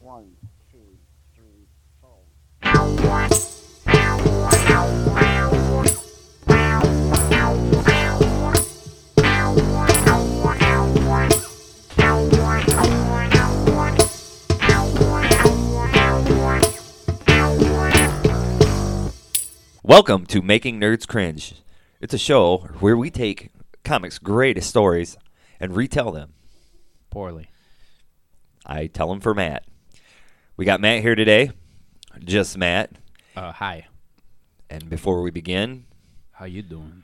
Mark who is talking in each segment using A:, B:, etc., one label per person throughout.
A: One, two, three, four.
B: Welcome to Making Nerds Cringe. It's a show where we take comics' greatest stories and retell them.
C: poorly.
B: I tell them for Matt. We got Matt here today, just Matt.
C: Uh, hi,
B: And before we begin,
C: how you doing?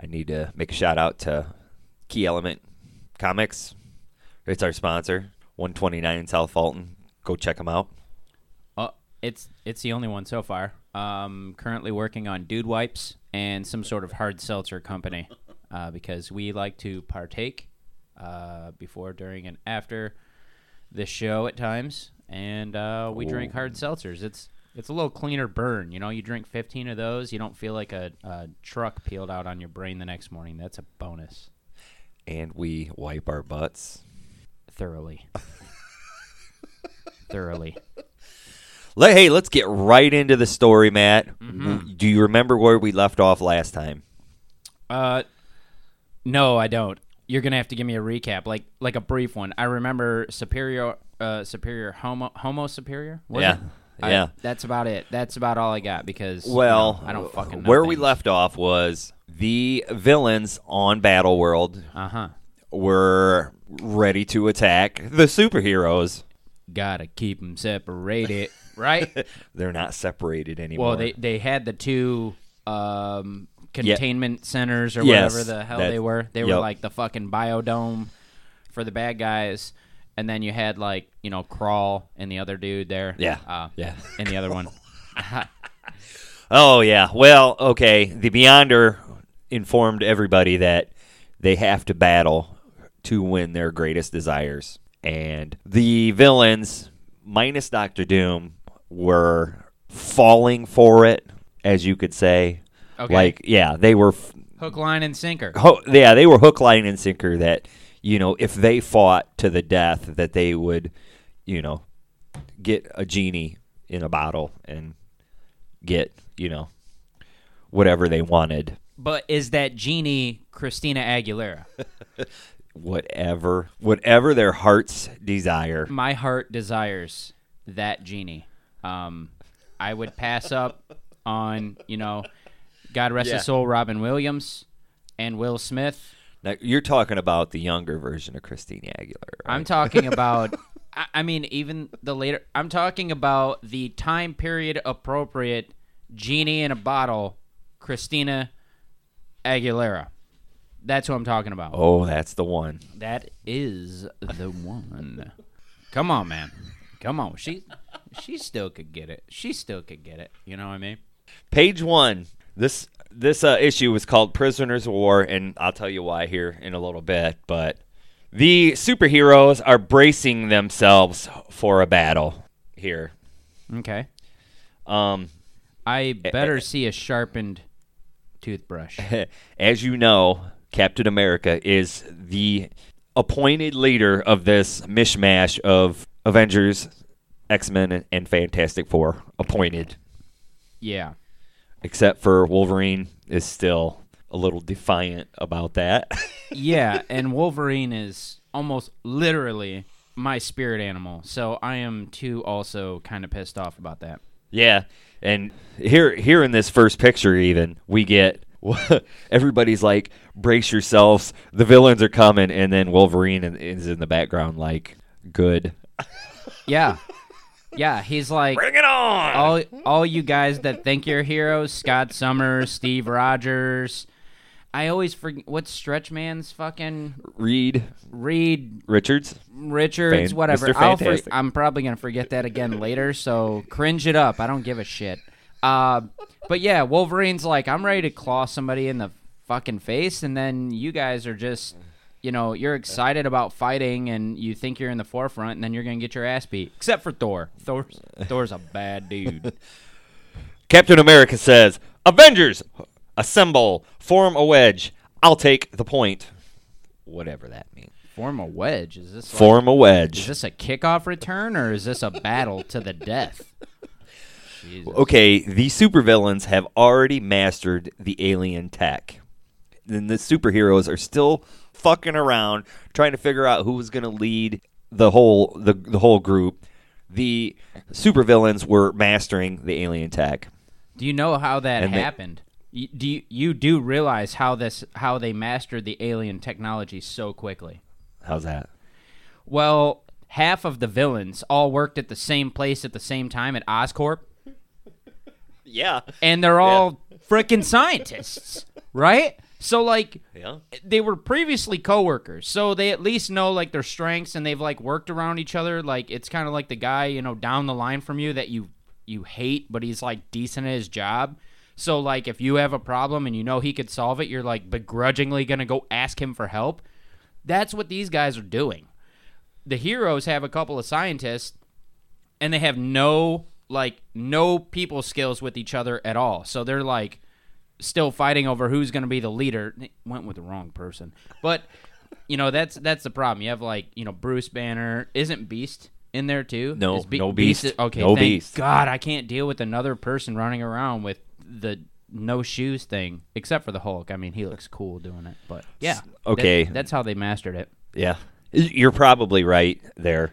B: I need to make a shout out to Key Element Comics. It's our sponsor, 129 South Fulton. Go check them out.
C: Uh, it's it's the only one so far. Um, currently working on Dude Wipes and some sort of hard seltzer company, uh, because we like to partake uh, before, during, and after the show at times, and uh, we drink hard seltzers. It's it's a little cleaner burn, you know. You drink fifteen of those, you don't feel like a, a truck peeled out on your brain the next morning. That's a bonus.
B: And we wipe our butts.
C: Thoroughly, thoroughly.
B: Le- Hey, let's get right into the story, Matt. Do you remember where we left off last time?
C: Uh, no, I don't. You're gonna have to give me a recap, like like a brief one. I remember superior, uh, superior homo, homo superior. was
B: Yeah.
C: it? I-
B: Yeah.
C: that's about it. That's about all I got because you
B: Well,
C: know, I don't fucking know
B: where we left off was the villains on Battle World
C: Uh huh.
B: were ready to attack the superheroes.
C: Gotta keep them separated, right?
B: They're not separated anymore.
C: well, they they had the two um
B: Yeah.
C: containment centers or
B: Yes,
C: whatever the hell
B: that-
C: they were. They were
B: yep.
C: like the fucking biodome for the bad guys. And then you had like you know crawl and the other dude there.
B: Yeah.
C: uh,
B: Yeah.
C: and the other one.
B: Oh yeah. Well, okay. The Beyonder informed everybody that they have to battle to win their greatest desires, and the villains, minus Doctor Doom, were falling for it, as you could say.
C: Okay.
B: Like, yeah, they were. F-
C: Hook, line, and sinker.
B: ho- yeah, they were hook, line, and sinker. That you know, if they fought to the death, that they would, you know, get a genie in a bottle and get you know whatever they wanted,
C: But is that genie Christina Aguilera?
B: whatever, whatever their hearts desire.
C: My heart desires that genie. Um, I would pass up on, you know, God rest
B: Yeah.
C: his soul, Robin Williams and Will Smith.
B: Now you're talking about the younger version of Christina Aguilera. right?
C: I'm talking about, I, I mean, even the later, I'm talking about the time period appropriate genie in a bottle, Christina Aguilera. That's who I'm talking about.
B: oh, that's the one.
C: That is the one. Come on, man. Come on. She she still could get it. She still could get it. You know what I mean?
B: Page one. This this uh, issue was called "Prisoners of War," and I'll tell you why here in a little bit. But the superheroes are bracing themselves for a battle here.
C: Okay.
B: Um,
C: I better see a sharpened toothbrush.
B: as you know, Captain America is the appointed leader of this mishmash of Avengers, X Men, and, and Fantastic Four. Appointed,
C: Yeah.
B: except for Wolverine is still a little defiant about that.
C: Yeah, and Wolverine is almost literally my spirit animal. So I am too also kind of pissed off about that.
B: Yeah, and here here in this first picture, even we get everybody's like, "Brace yourselves, the villains are coming," and then Wolverine in- is in the background, like, "Good,
C: Yeah. Yeah, he's like
B: bring it on!"
C: all all you guys that think you're heroes, Scott Summers, Steve Rogers. I always forget what's Stretch Man's fucking
B: Reed
C: Reed
B: Richards,
C: Richards,
B: Fan-
C: whatever.
B: Mr.
C: I'll for,
B: Fantastic.
C: I'm probably gonna forget that again later, so cringe it up. I don't give a shit. Uh, but yeah, Wolverine's like, I'm ready to claw somebody in the fucking face, and then you guys are just, you know, you're excited about fighting, and you think you're in the forefront, and then you're gonna get your ass beat. Except for Thor. Thor's Thor's a bad dude.
B: Captain America says, "Avengers, assemble, form a wedge. I'll take the point, whatever that means."
C: Form a wedge. Is this like,
B: Form a
C: Is
B: wedge.
C: this a kickoff return or is this a battle to the death? Jesus.
B: Okay, the supervillains have already mastered the alien tech. Then the superheroes are still fucking around trying to figure out who's going to lead the whole the, the whole group. The supervillains were mastering the alien tech.
C: Do you know how that
B: And they-
C: happened? You, do you, you do realize how this how they mastered the alien technology so quickly?
B: How's that?
C: Well, half of the villains all worked at the same place at the same time at Oscorp,
B: Yeah.
C: and they're all frickin' scientists, right? So like
B: Yeah.
C: they were previously coworkers, so they at least know like their strengths and they've like worked around each other. Like it's kind of like the guy you know down the line from you that you you hate, but he's like decent at his job. So like if you have a problem and you know he could solve it, you're like begrudgingly gonna go ask him for help. That's what these guys are doing. The heroes have a couple of scientists and they have no like no people skills with each other at all. So they're like still fighting over who's going to be the leader. They went with the wrong person, but you know that's that's the problem. You have like you know Bruce Banner isn't Beast in there too.
B: No,
C: Is
B: no Beast.
C: is- okay,
B: No
C: thank
B: Beast.
C: God, I can't deal with another person running around with the no shoes thing, except for the Hulk. I mean, he looks cool doing it, but yeah, that-
B: Okay.
C: that's how they mastered it.
B: Yeah. You're probably right there.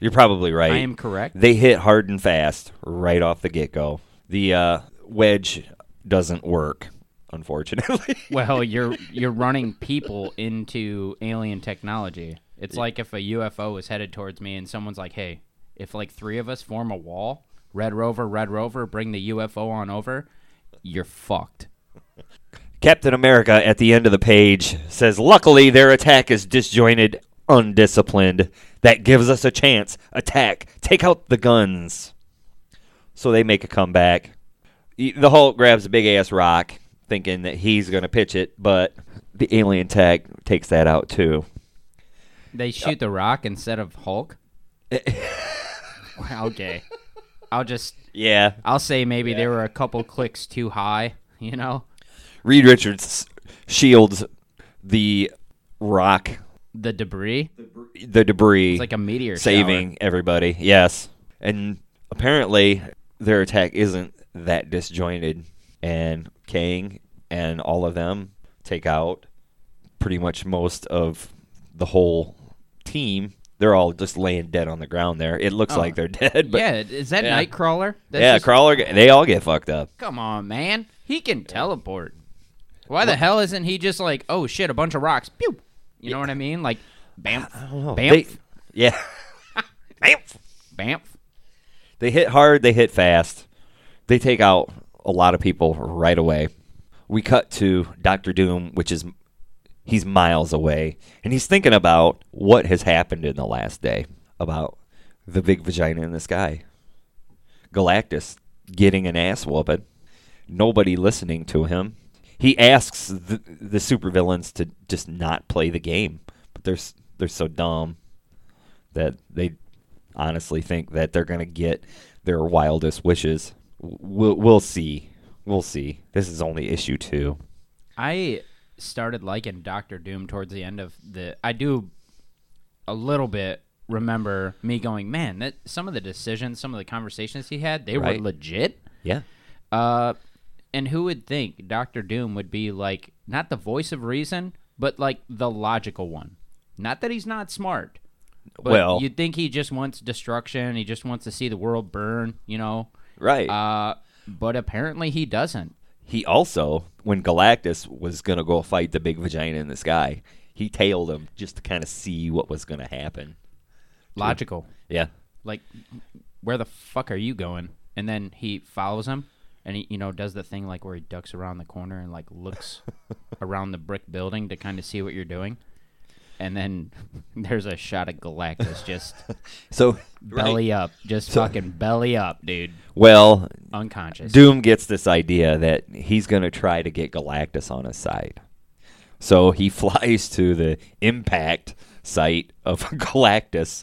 B: You're probably right.
C: I am correct.
B: They hit hard and fast right off the get go. The uh, wedge doesn't work, unfortunately.
C: Well, you're you're running people into alien technology. It's like if a UFO is headed towards me and someone's like, "Hey, if like three of us form a wall, Red Rover, Red Rover, bring the UFO on over," you're fucked.
B: Captain America at the end of the page says, Luckily, their attack is disjointed, undisciplined. That gives us a chance. Attack. Take out the guns. So they make a comeback. E- The Hulk grabs a big ass rock, thinking that he's going to pitch it, but the alien tech takes that out too.
C: They shoot the rock instead of Hulk. Wow, okay, I'll just
B: Yeah.
C: I'll say maybe they were a couple clicks too high. You know,
B: Reed Richards shields the rock,
C: the debris.
B: the debris.
C: It's like a meteor.
B: saving
C: shower.
B: everybody. Yes, and apparently their attack isn't that disjointed, and Kang and all of them take out pretty much most of the whole team. They're all just laying dead on the ground there. It looks
C: Oh.
B: like they're dead, but
C: yeah, is that
B: yeah.
C: Nightcrawler? That's
B: yeah,
C: just-
B: Crawler. They all get fucked up.
C: Come on, man. He can teleport. Why the hell isn't he just like, oh shit, a bunch of rocks? Pew. You know what I mean? Like, bamf,
B: Oh,
C: bamf,
B: they- yeah, Bamf.
C: bamf.
B: They hit hard, they hit fast. They take out a lot of people right away. We cut to Doctor Doom, which is he's miles away, and he's thinking about what has happened in the last day about the big vagina in the sky. Galactus getting an ass whooping, nobody listening to him. He asks the, the supervillains to just not play the game, but they're s- they're so dumb that they honestly think that they're going to get their wildest wishes. We'll, we'll see. We'll see. This is only issue two.
C: I started liking Doctor Doom towards the end of the. I do a little bit remember me going, man, that some of the decisions, some of the conversations he had, they
B: Right.
C: were legit.
B: Yeah.
C: Uh, and who would think Doctor Doom would be like not the voice of reason, but like the logical one? Not that he's not smart. But
B: Well-
C: you'd think he just wants destruction. He just wants to see the world burn. You know.
B: Right.
C: Uh, but apparently he doesn't.
B: he also, when Galactus was going to go fight the big vagina in the sky, he tailed him just to kind of see what was going to happen.
C: Logical.
B: Yeah.
C: Like, where the fuck are you going? And then he follows him, and he you know does the thing like where he ducks around the corner and like looks around the brick building to kind of see what you're doing. And then there's a shot of Galactus just
B: So,
C: belly up, just fucking belly up, dude,
B: well,
C: unconscious.
B: Doom gets this idea that he's going to try to get Galactus on his side. So he flies to the impact site of Galactus.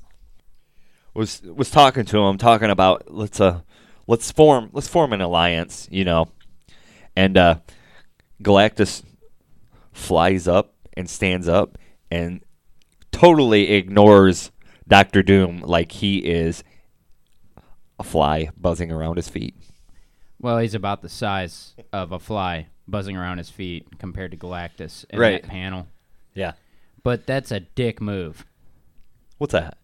B: Was was talking to him, talking about let's uh let's form let's form an alliance, you know. And uh Galactus flies up and stands up and totally ignores Doctor Doom like he is a fly buzzing around his feet.
C: Well, he's about the size of a fly buzzing around his feet compared to Galactus in
B: Right.
C: that panel.
B: Yeah.
C: But that's a dick move.
B: What's that?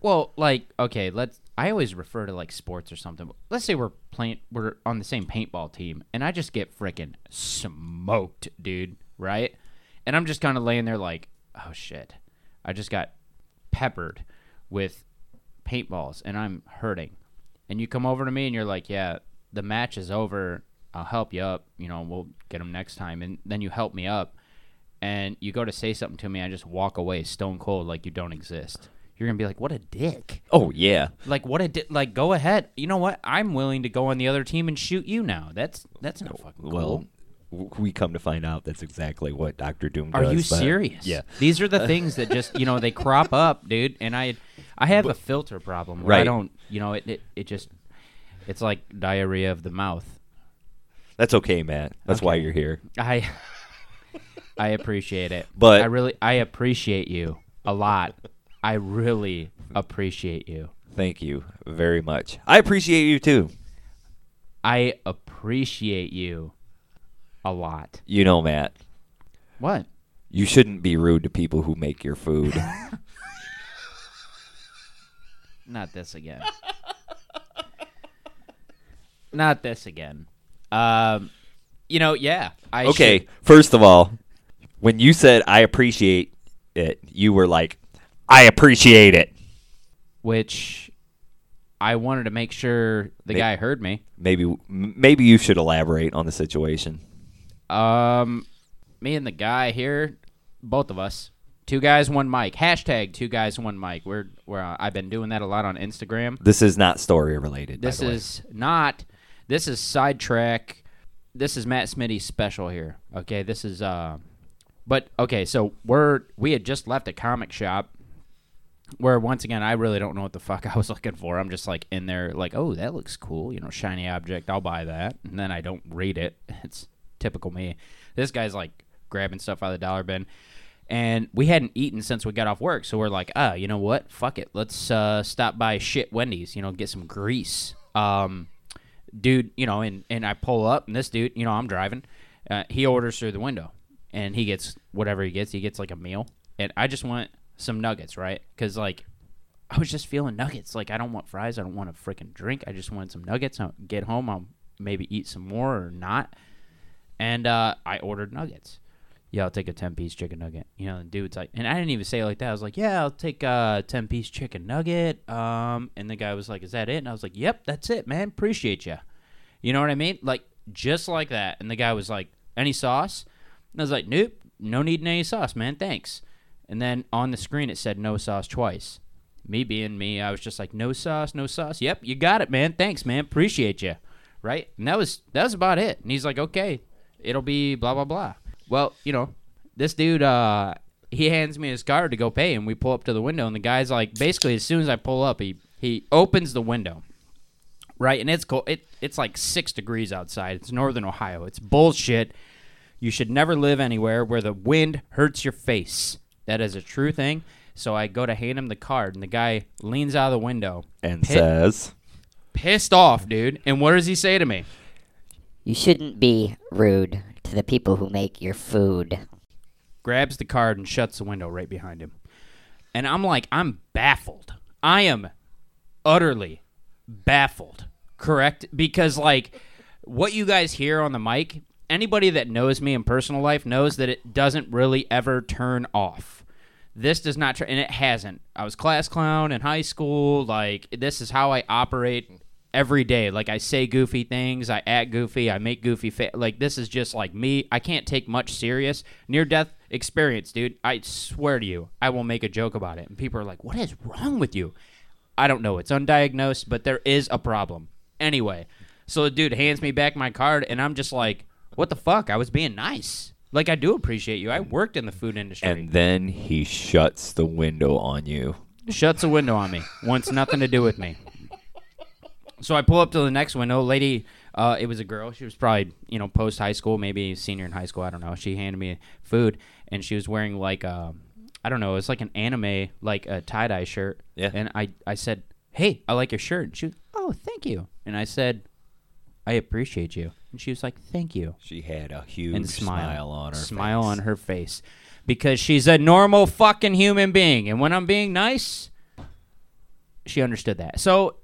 C: Well, like okay, let's. I always refer to like sports or something. But let's say we're playing, we're on the same paintball team, and I just get freaking smoked, dude. Right? And I'm just kind of laying there like, oh shit, I just got peppered with paintballs, and I'm hurting. And you come over to me, and you're like, yeah, the match is over. I'll help you up. You know, we'll get them next time. And then you help me up, and you go to say something to me, and I just walk away stone cold like you don't exist. You're gonna be like, what a dick.
B: Oh yeah.
C: Like what a di- like go ahead. You know what? I'm willing to go on the other team and shoot you now. That's that's not fucking cool.
B: Well, w- we come to find out that's exactly what Doctor Doom
C: Are
B: does.
C: you
B: but-
C: serious?
B: Yeah.
C: These are the things that just you know they crop up, dude. And I I have a filter problem. Where I
B: Right.
C: don't you know it, it it just it's like diarrhea of the mouth.
B: That's okay, Matt. That's why you're here.
C: I I appreciate it.
B: But-
C: I really I appreciate you a lot. I really appreciate you.
B: Thank you very much. I appreciate you too.
C: I appreciate you a lot.
B: You know, Matt,
C: What?
B: you shouldn't be rude to people who make your food.
C: Not this again. Not this again. Um, you know, yeah. I
B: okay,
C: should-
B: first of all, when you said I appreciate it, you were like, I appreciate it.
C: which I wanted to make sure the
B: May-
C: guy heard me.
B: Maybe m- maybe you should elaborate on the situation.
C: Um, me and the guy here, both of us, two guys, one mic. Hashtag two guys, one mic. We're we're. Uh, I've been doing that a lot on Instagram.
B: This is not story related. by
C: This
B: the way.
C: is not. This is sidetrack. This is Matt Smitty's special here. Okay, this is. Uh, but okay, so we're we had just left a comic shop, where once again I really don't know what the fuck I was looking for. I'm just like in there, like, oh, that looks cool, you know, shiny object. I'll buy that, and then I don't read it. It's typical me. This guy's like grabbing stuff out of the dollar bin. And we hadn't eaten since we got off work, so we're like, ah, you know what? Fuck it, let's uh, stop by shit Wendy's, you know, get some grease. Um, dude, you know, and, and I pull up, and this dude, you know, I'm driving. Uh, he orders through the window, and he gets whatever he gets. He gets like a meal, and I just want some nuggets, right? Because like, I was just feeling nuggets. Like, I don't want fries. I don't want a freaking drink. I just wanted some nuggets. I'll get home. I'll maybe eat some more or not. And uh, I ordered nuggets. Yeah, I'll take a ten piece chicken nugget. You know, the dude's like, and I didn't even say it like that. I was like, yeah, I'll take a ten piece chicken nugget. Um, and the guy was like, is that it? And I was like, yep, that's it, man. Appreciate you. You know what I mean? Like just like that. And the guy was like, "Any sauce?" And I was like, "Nope, no need in any sauce, man. Thanks." And then on the screen it said "no sauce" twice. Me being me, I was just like, "No sauce, no sauce." Yep, you got it, man. Thanks, man. Appreciate you. Right? And that was that was about it. And he's like, "Okay, it'll be blah blah blah." Well, you know, this dude uh he hands me his card to go pay and we pull up to the window and the guy's like basically as soon as I pull up, he he opens the window right? And it's cold. It it's like six degrees outside. It's northern Ohio. It's bullshit. You should never live anywhere where the wind hurts your face. That is a true thing. So I go to hand him the card, and the guy leans out of the window
B: and
C: pi-
B: says,
C: pissed off, dude. And what does he say to me?
D: You shouldn't be rude to the people who make your food.
C: grabs the card and shuts the window right behind him. And I'm like, I'm baffled. I am utterly baffled. Correct? Because like what you guys hear on the mic, anybody that knows me in personal life knows that it doesn't really ever turn off. This does not turn and it hasn't. I was class clown in high school, like this is how I operate every day. Like I say goofy things, I act goofy, I make goofy fa- like this is just like me. I can't take much serious. Near death experience, dude. I swear to you, I will make a joke about it and people are like, "What is wrong with you?" I don't know. It's undiagnosed, but there is a problem. Anyway, so the dude hands me back my card and I'm just like, "What the fuck? I was being nice." Like I do appreciate you. I worked in the food industry.
B: and then he shuts the window on you.
C: shuts a window on me. Wants nothing to do with me. So I pull up to the next window. Lady, uh, it was a girl. She was probably you know post high school, maybe senior in high school. I don't know. She handed me food, and she was wearing like a I don't know, it was like an anime, like a tie dye shirt.
B: Yeah.
C: And I, I said, Hey, I like your shirt. And she was, Oh, thank you. And I said, I appreciate you. And she was like, Thank you.
B: She had a huge
C: And smile.
B: on her
C: Smile
B: face.
C: on her face. Because she's a normal fucking human being. And when I'm being nice, she understood that. So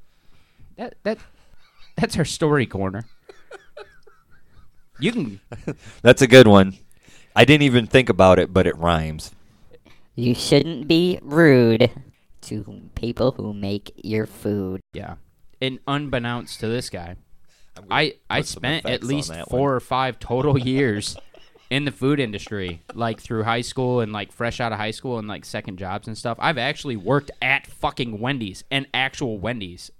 C: that that that's her story corner. You can
B: That's a good one. I didn't even think about it, but it rhymes.
D: You shouldn't be rude to people who make your food.
C: Yeah. And unbeknownst to this guy, I I
B: put some
C: spent at
B: effects on
C: least
B: that
C: four or five total years in the food industry, like through high school and like fresh out of high school and like second jobs and stuff. I've actually worked at fucking Wendy's, an actual Wendy's,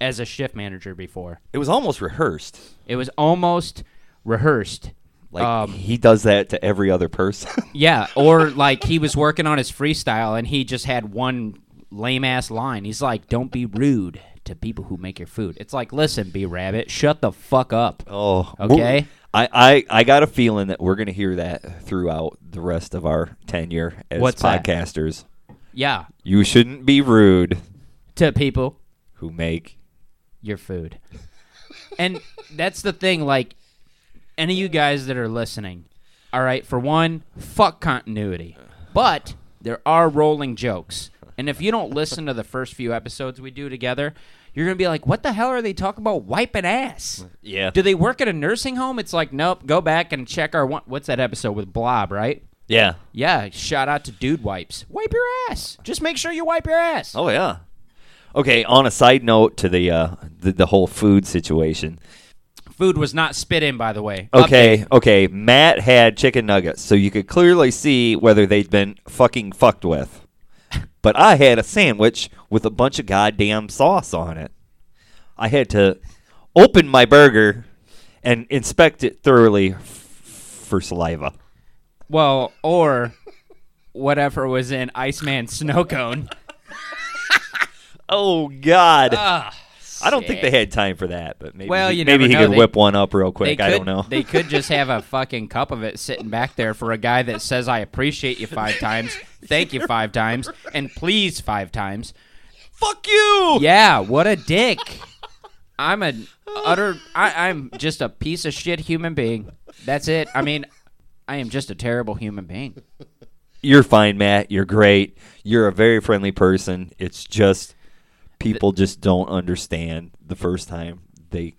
C: as a shift manager before.
B: It was almost rehearsed.
C: It was almost rehearsed.
B: Like
C: Um,
B: he does that to every other person.
C: Yeah, or like he was working on his freestyle and he just had one lame ass line. He's like, "Don't be rude to people who make your food." It's like, "Listen, B Rabbit, shut the fuck up."
B: oh,
C: Okay.
B: I, I, I got a feeling that we're going to hear that throughout the rest of our tenure as
C: What's that?
B: podcasters.
C: Yeah,
B: You shouldn't be rude
C: to people
B: who make
C: your food. And that's the thing like any of you guys that are listening, all right, for one, fuck continuity. But there are rolling jokes. And if you don't listen to the first few episodes we do together, you're going to be like, "What the hell are they talking about wiping ass?"
B: yeah
C: Do they work at a nursing home? It's like, nope, go back and check our one. What's that episode with Blob, right?
B: yeah
C: Yeah, shout out to Dude Wipes. Wipe your ass. Just make sure you wipe your ass.
B: oh yeah. Okay. On a side note to the uh, the, the whole food situation.
C: Food was not spit in, by the way.
B: Okay, okay. Matt had chicken nuggets, so you could clearly see whether they'd been fucking fucked with. But I had a sandwich with a bunch of goddamn sauce on it. I had to open my burger and inspect it thoroughly f- for saliva.
C: Well, or whatever was in Iceman Snow Cone.
B: Oh God! I don't think they
C: Ah, shit.
B: had time for that, but maybe
C: Well,
B: he,
C: you
B: maybe
C: never
B: he
C: know.
B: could
C: They-
B: whip one up real
C: They
B: quick.
C: could,
B: I don't know.
C: they could just have a fucking cup of it sitting back there for a guy that says, I appreciate you five times, thank you five times, and please five times.
B: Fuck you!
C: Yeah, what a dick. I'm an utter. I, I'm just a piece of shit human being. That's it. I mean, I am just a terrible human being.
B: You're fine, Matt. You're great. You're a very friendly person. It's just people just don't understand the first time they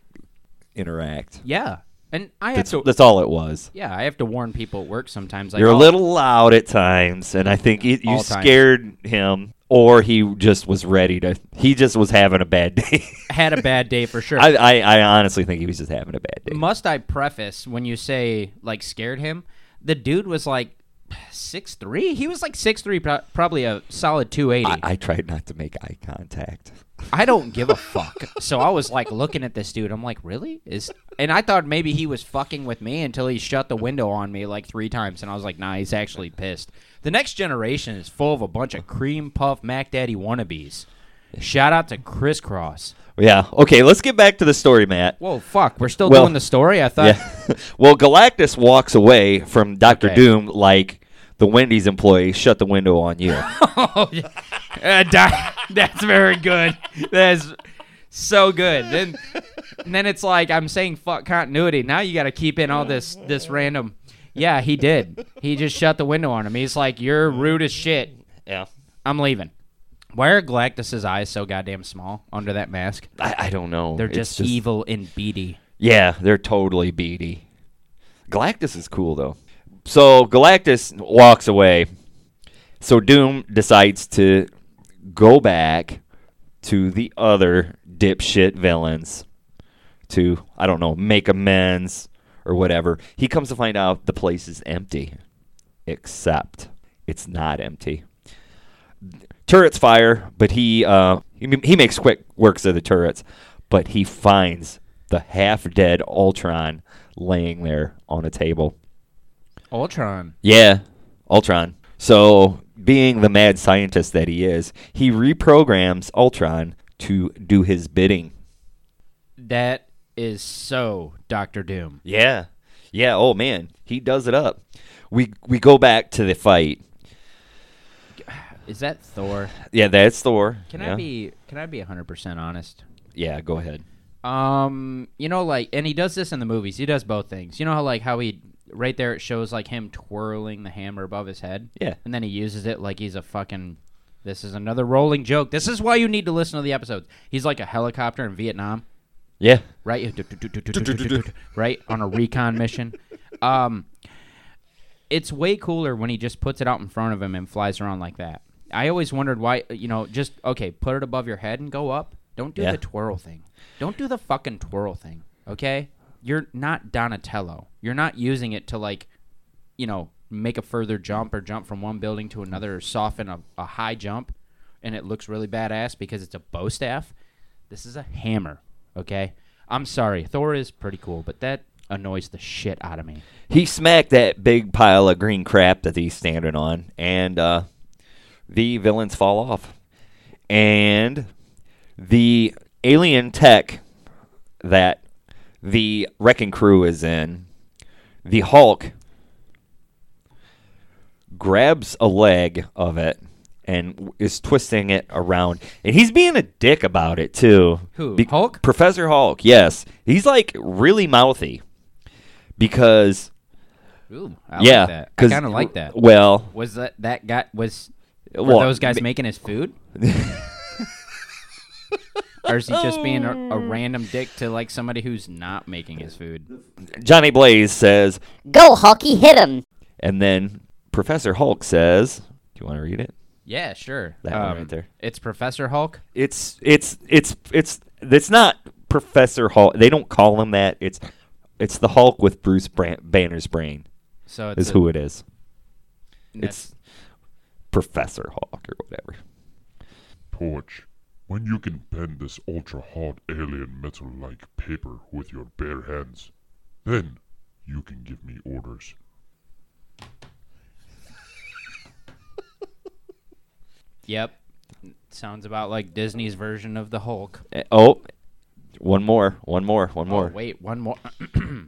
B: interact.
C: Yeah, and I have
B: That's,
C: to.
B: that's all it was.
C: Yeah, I have to warn people at work sometimes. Like,
B: You're
C: oh,
B: a little loud at times, and I think it, you
C: All times.
B: scared him, or he just was ready to. He just was having a bad day.
C: "Oh, had a bad day for sure.
B: I, I, I honestly think he was just having a bad day.
C: Must I preface when you say like scared him? The dude was like six three. He was like six three, probably a solid two eighty.
B: I, I tried not to make eye contact.
C: I don't give a fuck. So I was like looking at this dude. I'm like, really? Is and I thought maybe he was fucking with me until he shut the window on me like three times, and I was like, nah, he's actually pissed. The next generation is full of a bunch of cream puff Mac Daddy wannabes. Shout out to Crisscross.
B: Yeah. Okay. Let's get back to the story, Matt.
C: Whoa, fuck! We're still
B: Well-
C: doing the story. I thought.
B: yeah. well, Galactus walks away from Doctor
C: Okay.
B: Doom like the Wendy's employee shut the window on you.
C: Oh, yeah. Uh, di- that's very good. That's so good. Then, and then it's like I'm saying fuck continuity. Now you got to keep in all this this random. Yeah, he did. He just shut the window on him. He's like, "You're rude as shit.
B: yeah.
C: I'm leaving." Why are Galactus's eyes so goddamn small under that mask?
B: I, I don't know.
C: They're
B: It's
C: just, evil and beady.
B: Yeah, they're totally beady. Galactus is cool though. So Galactus walks away. So Doom decides to go back to the other dipshit villains to I don't know make amends or whatever. He comes to find out the place is empty, except it's not empty. Turrets fire, but he uh, he, m- he makes quick works of the turrets. But he finds the half-dead Ultron laying there on a table.
C: Ultron.
B: Yeah, Ultron. So, being the mad scientist that he is, he reprograms Ultron to do his bidding.
C: That is so Doctor Doom.
B: Yeah. Yeah, oh man, he does it up. We we go back to the fight.
C: Is that Thor?
B: Yeah, that's Thor.
C: Can
B: yeah.
C: I be can I be 100% honest?
B: Yeah, go ahead.
C: Um, you know, like, and he does this in the movies. He does both things. You know how, like, how he right there it shows like him twirling the hammer above his head.
B: Yeah.
C: and then he uses it like he's a fucking. This is another rolling joke. This is why you need to listen to the episodes. He's like a helicopter in Vietnam,
B: Yeah.
C: right? Right on a recon mission. Um, it's way cooler when he just puts it out in front of him and flies around like that. I always wondered why, you know, just okay, put it above your head and go up. Don't do
B: Yeah.
C: the twirl thing. Don't do the fucking twirl thing. Okay, you're not Donatello. You're not using it to like, you know, make a further jump or jump from one building to another or soften a, a high jump, and it looks really badass because it's a bow staff. This is a hammer. Okay, I'm sorry. Thor is pretty cool, but that annoys the shit out of me.
B: He smacked that big pile of green crap that he's standing on, and uh, the villains fall off. And the alien tech that the Wrecking Crew is in, the Hulk grabs a leg of it and w- is twisting it around. And he's being a dick about it, too.
C: Who, Hulk?
B: Professor Hulk, yes. He's like really mouthy because
C: Ooh, I
B: yeah,
C: like that. I kind of like that.
B: Well,
C: Was that that guy was were
B: well,
C: those guys
B: ma-
C: making his food? or is he just being a, a random dick to like somebody who's not making his food?
B: Johnny Blaze says,
D: Go, Hulky, hit him!
B: and then Professor Hulk says, "Do you want to read it?"
C: Yeah, sure. Um,
B: That one right there.
C: It's Professor Hulk.
B: It's it's it's it's it's not Professor Hulk. They don't call him that. It's it's the Hulk with Bruce Bran- Banner's brain
C: So it's
B: is
C: a-
B: who it is.
C: that's-
B: It's Professor Hulk or whatever.
E: Torch, when you can bend this ultra hard alien metal like paper with your bare hands, then you can give me orders.
C: yep. Sounds about like Disney's version of the Hulk.
B: Eh, Oh, one more, one more, one
C: Oh,
B: more.
C: wait, one more.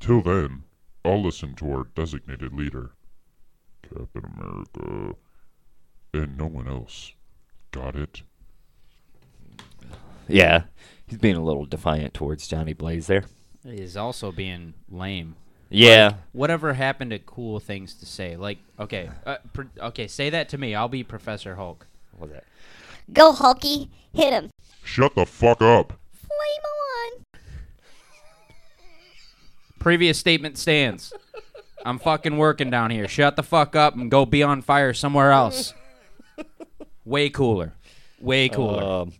E: Till then, I'll listen to our designated leader, Captain America, and no one else. Got it?
B: Yeah, he's being a little defiant towards Johnny Blaze there.
C: Is also being lame.
B: Yeah,
C: Whatever happened to cool things to say? Like, okay, uh, pr- okay, say that to me. I'll be Professor Hulk.
B: What was that?
D: Go, Hulky, hit him!
E: Shut the fuck up!
D: Flame on!
C: Previous statement stands. I'm fucking working down here. Shut the fuck up and go be on fire somewhere else. Way cooler. Way cooler.
B: Um,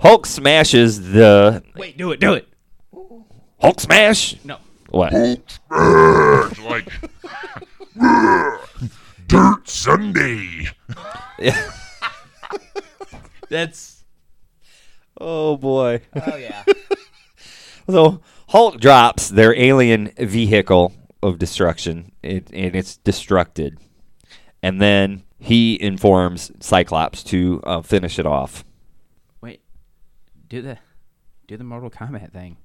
B: Hulk smashes the
C: Wait, do it, do it.
B: Hulk smash.
C: No.
B: What?
E: It's like. Dirt Sunday!
B: That's. Oh boy.
C: Oh yeah.
B: So Hulk drops their alien vehicle of destruction, it, and it's destructed. And then he informs Cyclops to uh, finish it off.
C: Wait. Do the do the Mortal Kombat thing.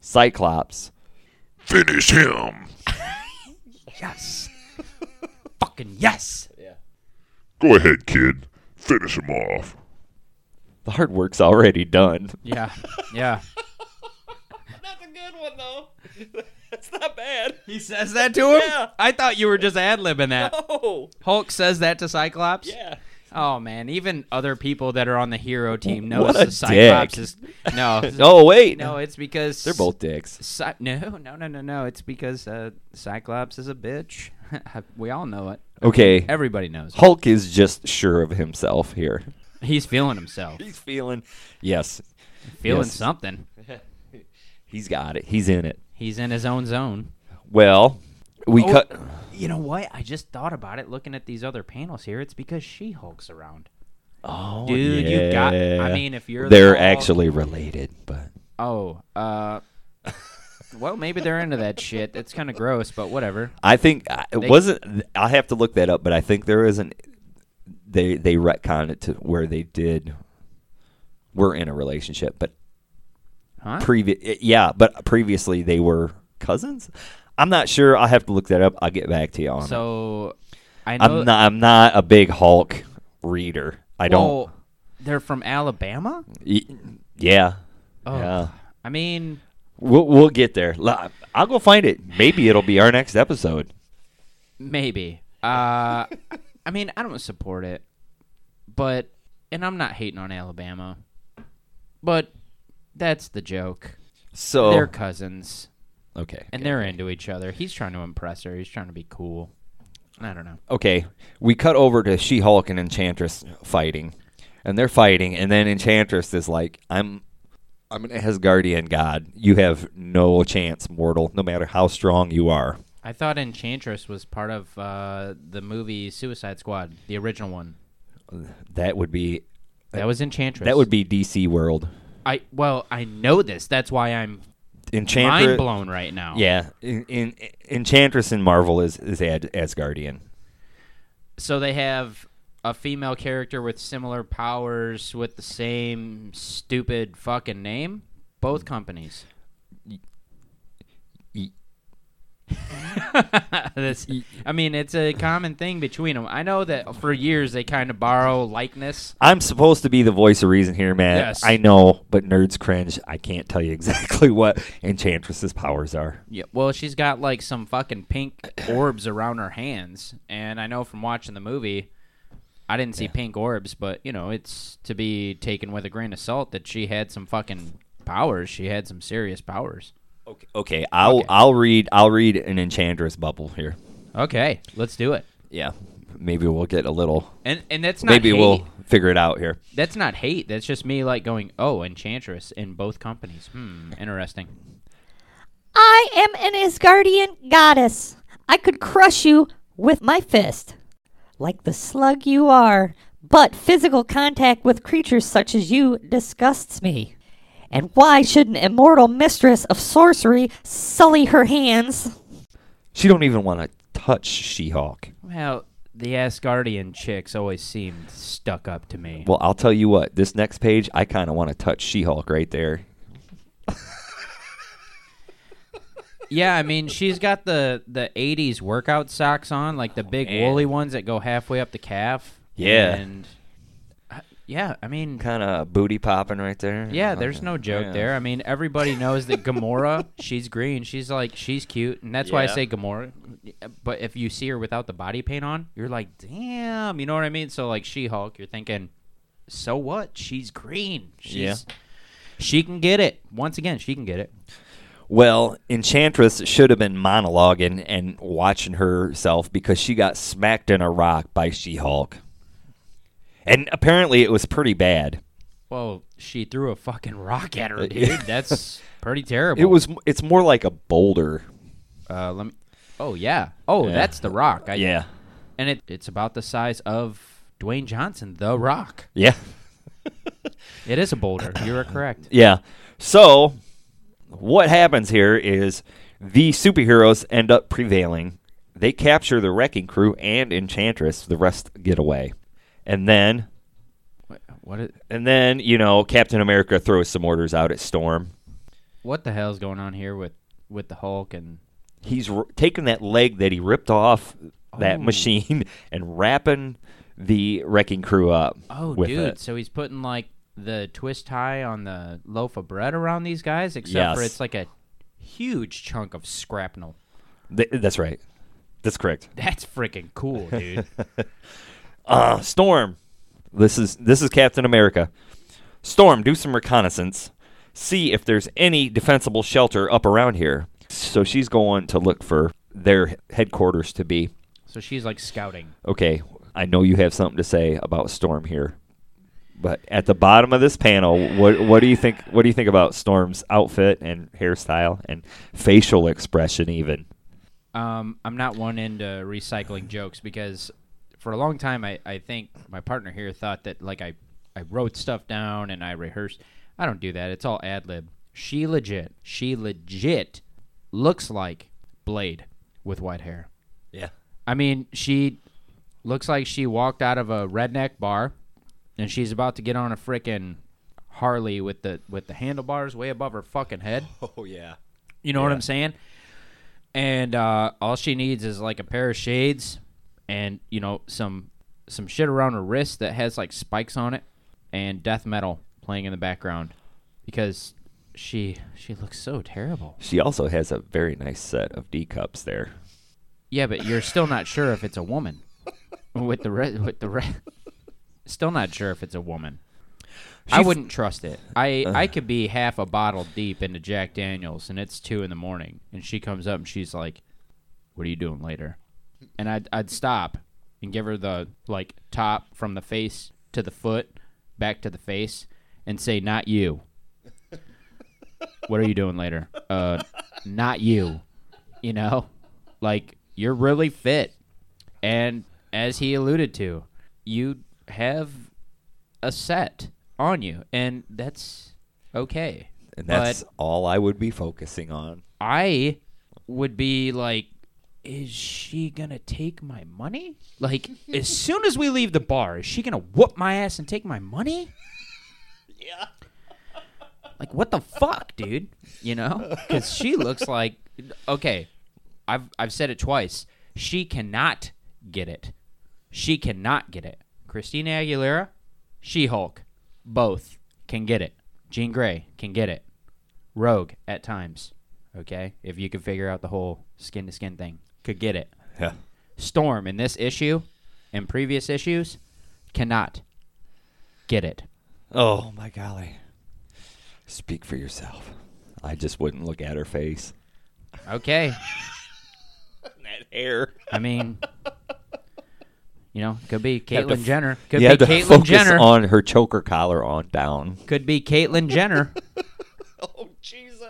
B: Cyclops.
E: Finish him!
C: Yes. fucking yes.
E: Go ahead, kid. Finish him off.
B: The hard work's already done.
C: Yeah. Yeah.
B: That's a good one, though. That's not bad.
C: He says that to him? I thought you were just ad libbing that.
B: Oh,
C: Hulk says that to Cyclops? Oh man, even other people that are on the hero team know
B: What
C: the
B: a
C: Cyclops
B: dick.
C: is no.
B: Oh, wait.
C: No, it's because
B: They're both dicks.
C: Cy- no, no, no, no, no. It's because uh, Cyclops is a bitch. we all know it.
B: Okay.
C: Everybody knows. it.
B: Hulk is just sure of himself here.
C: He's feeling himself,
B: He's feeling, yes,
C: feeling
B: Yes.
C: something.
B: he's got it. He's in it.
C: He's in his own zone.
B: Well, we
C: Oh,
B: cut.
C: You know what? I just thought about it. Looking at these other panels here, it's because She Hulk's around.
B: Oh,
C: Dude, you got- I
B: yeah.
C: mean, if you're the
B: they're
C: Hulk-
B: actually related, but
C: Oh, uh, well, maybe they're into that shit. That's kind of gross, but whatever.
B: I think I- it
C: They-
B: wasn't. I have to look that up, but I think there is an. They they retconned it to where they did. Were in a relationship, but
C: Huh?
B: previous yeah, but previously they were cousins. I'm not sure. I'll have to look that up. I'll get back to you on it.
C: so I know
B: I'm not. I'm not a big Hulk reader. I don't.
C: Well, They're from Alabama.
B: y- Yeah.
C: Oh,
B: Yeah.
C: I mean,
B: We'll we'll get there. L- I'll go find it. Maybe it'll be our next episode.
C: maybe. Uh, I mean, I don't support it, but and I'm not hating on Alabama, but that's the joke.
B: So
C: They're cousins,
B: okay,
C: and they're into each other. He's trying to impress her. He's trying to be cool. I don't know.
B: okay. We cut over to She Hulk and Enchantress fighting, and they're fighting, and then Enchantress is like, "I'm, I'm an Asgardian god. You have no chance, mortal. No matter how strong you are."
C: I thought Enchantress was part of uh, the movie Suicide Squad, the original one.
B: That would be
C: That was Enchantress.
B: that would be DC World.
C: I well, I know this. That's why I'm mind
B: Enchantress.
C: blown right now.
B: Yeah, in, in, Enchantress in Marvel is is Ad, Asgardian.
C: So they have a female character with similar powers with the same stupid fucking name. Both companies.
B: Ye-
C: This- I mean, it's a common thing between them. I know that for years they kind of borrow likeness.
B: I'm supposed to be the voice of reason here, man.
C: Yes.
B: I know, but nerds cringe. I can't tell you exactly what Enchantress's powers are.
C: Yeah, well, she's got like some fucking pink orbs around her hands, and I know from watching the movie, I didn't see pink orbs, but you know, it's to be taken with a grain of salt that she had some fucking powers. She had some serious powers.
B: Okay, okay, I'll
C: Okay.
B: I'll read I'll read an Enchantress bubble here.
C: Okay, let's do it.
B: Yeah, maybe we'll get a little.
C: And and that's not
B: Maybe
C: hate.
B: we'll figure it out here.
C: That's not hate. That's just me like going, oh, Enchantress in both companies. Hmm, interesting.
D: I am an Asgardian goddess. I could crush you with my fist, like the slug you are. But physical contact with creatures such as you disgusts me. And why should an immortal mistress of sorcery sully her hands?
B: She don't even want to touch She-Hulk.
C: Well, the Asgardian chicks always seemed stuck up to me.
B: Well, I'll tell you what. This next page, I kind of want to touch She-Hulk right there.
C: Yeah, I mean, she's got the the '80s workout socks on, like the big
B: Oh, man.
C: woolly ones that go halfway up the calf.
B: Yeah.
C: and uh, yeah, I mean,
B: Kind of booty popping right there.
C: yeah, there's no joke
B: Yeah.
C: there. I mean, everybody knows that Gamora, she's green, she's like, she's cute, and that's why I
B: Yeah.
C: say Gamora. But if you see her without the body paint on, you're like, damn, you know what I mean? So like She Hulk, you're thinking, so what? She's green. She's,
B: Yeah.
C: she can get it. Once again, she can get it.
B: Well, Enchantress should have been monologuing and watching herself because she got smacked in a rock by She Hulk. And apparently it was pretty bad.
C: Well, she threw a fucking rock at her,
B: yeah.
C: dude. That's pretty terrible.
B: Uh, It was it's more like a boulder.
C: Uh, let me. Oh yeah. Oh,
B: Yeah.
C: that's the Rock. I,
B: Yeah.
C: And it, it's about the size of Dwayne Johnson, the Rock.
B: Yeah.
C: It is a boulder. You are correct.
B: Yeah. So what happens here is the superheroes end up prevailing. They capture the wrecking crew and Enchantress, the rest get away. And then
C: What, what, is,
B: and then, you know, Captain America throws some orders out at Storm.
C: what the hell's going on here with with the Hulk and?
B: he's r- taking that leg that he ripped off that
C: Oh.
B: machine and wrapping the wrecking crew up.
C: Oh,
B: with
C: dude.
B: it.
C: So he's putting like the twist tie on the loaf of bread around these guys, except for
B: Yes.
C: it's like a huge chunk of scrapnel.
B: Th- that's right. That's correct.
C: That's freaking cool, dude.
B: Uh, Storm. This is this is Captain America. Storm, do some reconnaissance. See if there's any defensible shelter up around here. So she's going to look for their headquarters to be.
C: so she's like scouting.
B: Okay, I know you have something to say about Storm here. But at the bottom of this panel, what what do you think what do you think about Storm's outfit and hairstyle and facial expression even?
C: Um, I'm not one into recycling jokes because for a long time I, I think my partner here thought that like I, I wrote stuff down and I rehearsed. I don't do that. It's all ad lib. She legit. She legit looks like Blade with white hair.
B: Yeah.
C: I mean, she looks like she walked out of a redneck bar and she's about to get on a frickin' Harley with the with the handlebars way above her fucking head.
B: Oh yeah.
C: You know what I'm saying? And uh, all she needs is like a pair of shades and you know some some shit around her wrist that has like spikes on it, and death metal playing in the background because she she looks so terrible.
B: She also has a very nice set of D cups there.
C: Yeah, but you're still not sure if it's a woman with the re- with the re- still not sure if it's a woman. I
B: She's- Uh.
C: wouldn't trust it. I I could be half a bottle deep into Jack Daniels, and it's two in the morning, and she comes up and she's like, "What are you doing later?" And I'd I'd stop and give her the like top from the face to the foot, back to the face, and say, "Not you." what are you doing later? Uh, not you. You know, like you're really fit, and as he alluded to, you have a set on you, and that's okay.
B: And
C: But-
B: that's all I would be focusing on.
C: I would be like, is she gonna take my money? Like, as soon as we leave the bar, is she gonna whoop my ass and take my money? Yeah. Like, what the fuck, dude? You know, because she looks like, okay, I've I've said it twice. She cannot get it. She cannot get it. Christina Aguilera, She Hulk, both can get it. Jean Grey can get it. Rogue at times. Okay, if you could figure out the whole skin to skin thing, could get it.
B: Yeah.
C: Storm in this issue and previous issues cannot get it.
B: Oh my golly. Speak for yourself. I just wouldn't look at her face.
C: Okay,
B: That hair.
C: I mean, you know, could be
B: have to
C: Caitlyn
B: f-
C: Jenner. Could
B: you have
C: be
B: to
C: Caitlyn
B: focus
C: Jenner.
B: on her choker collar on down.
C: Could be Caitlyn Jenner.
B: Oh Jesus.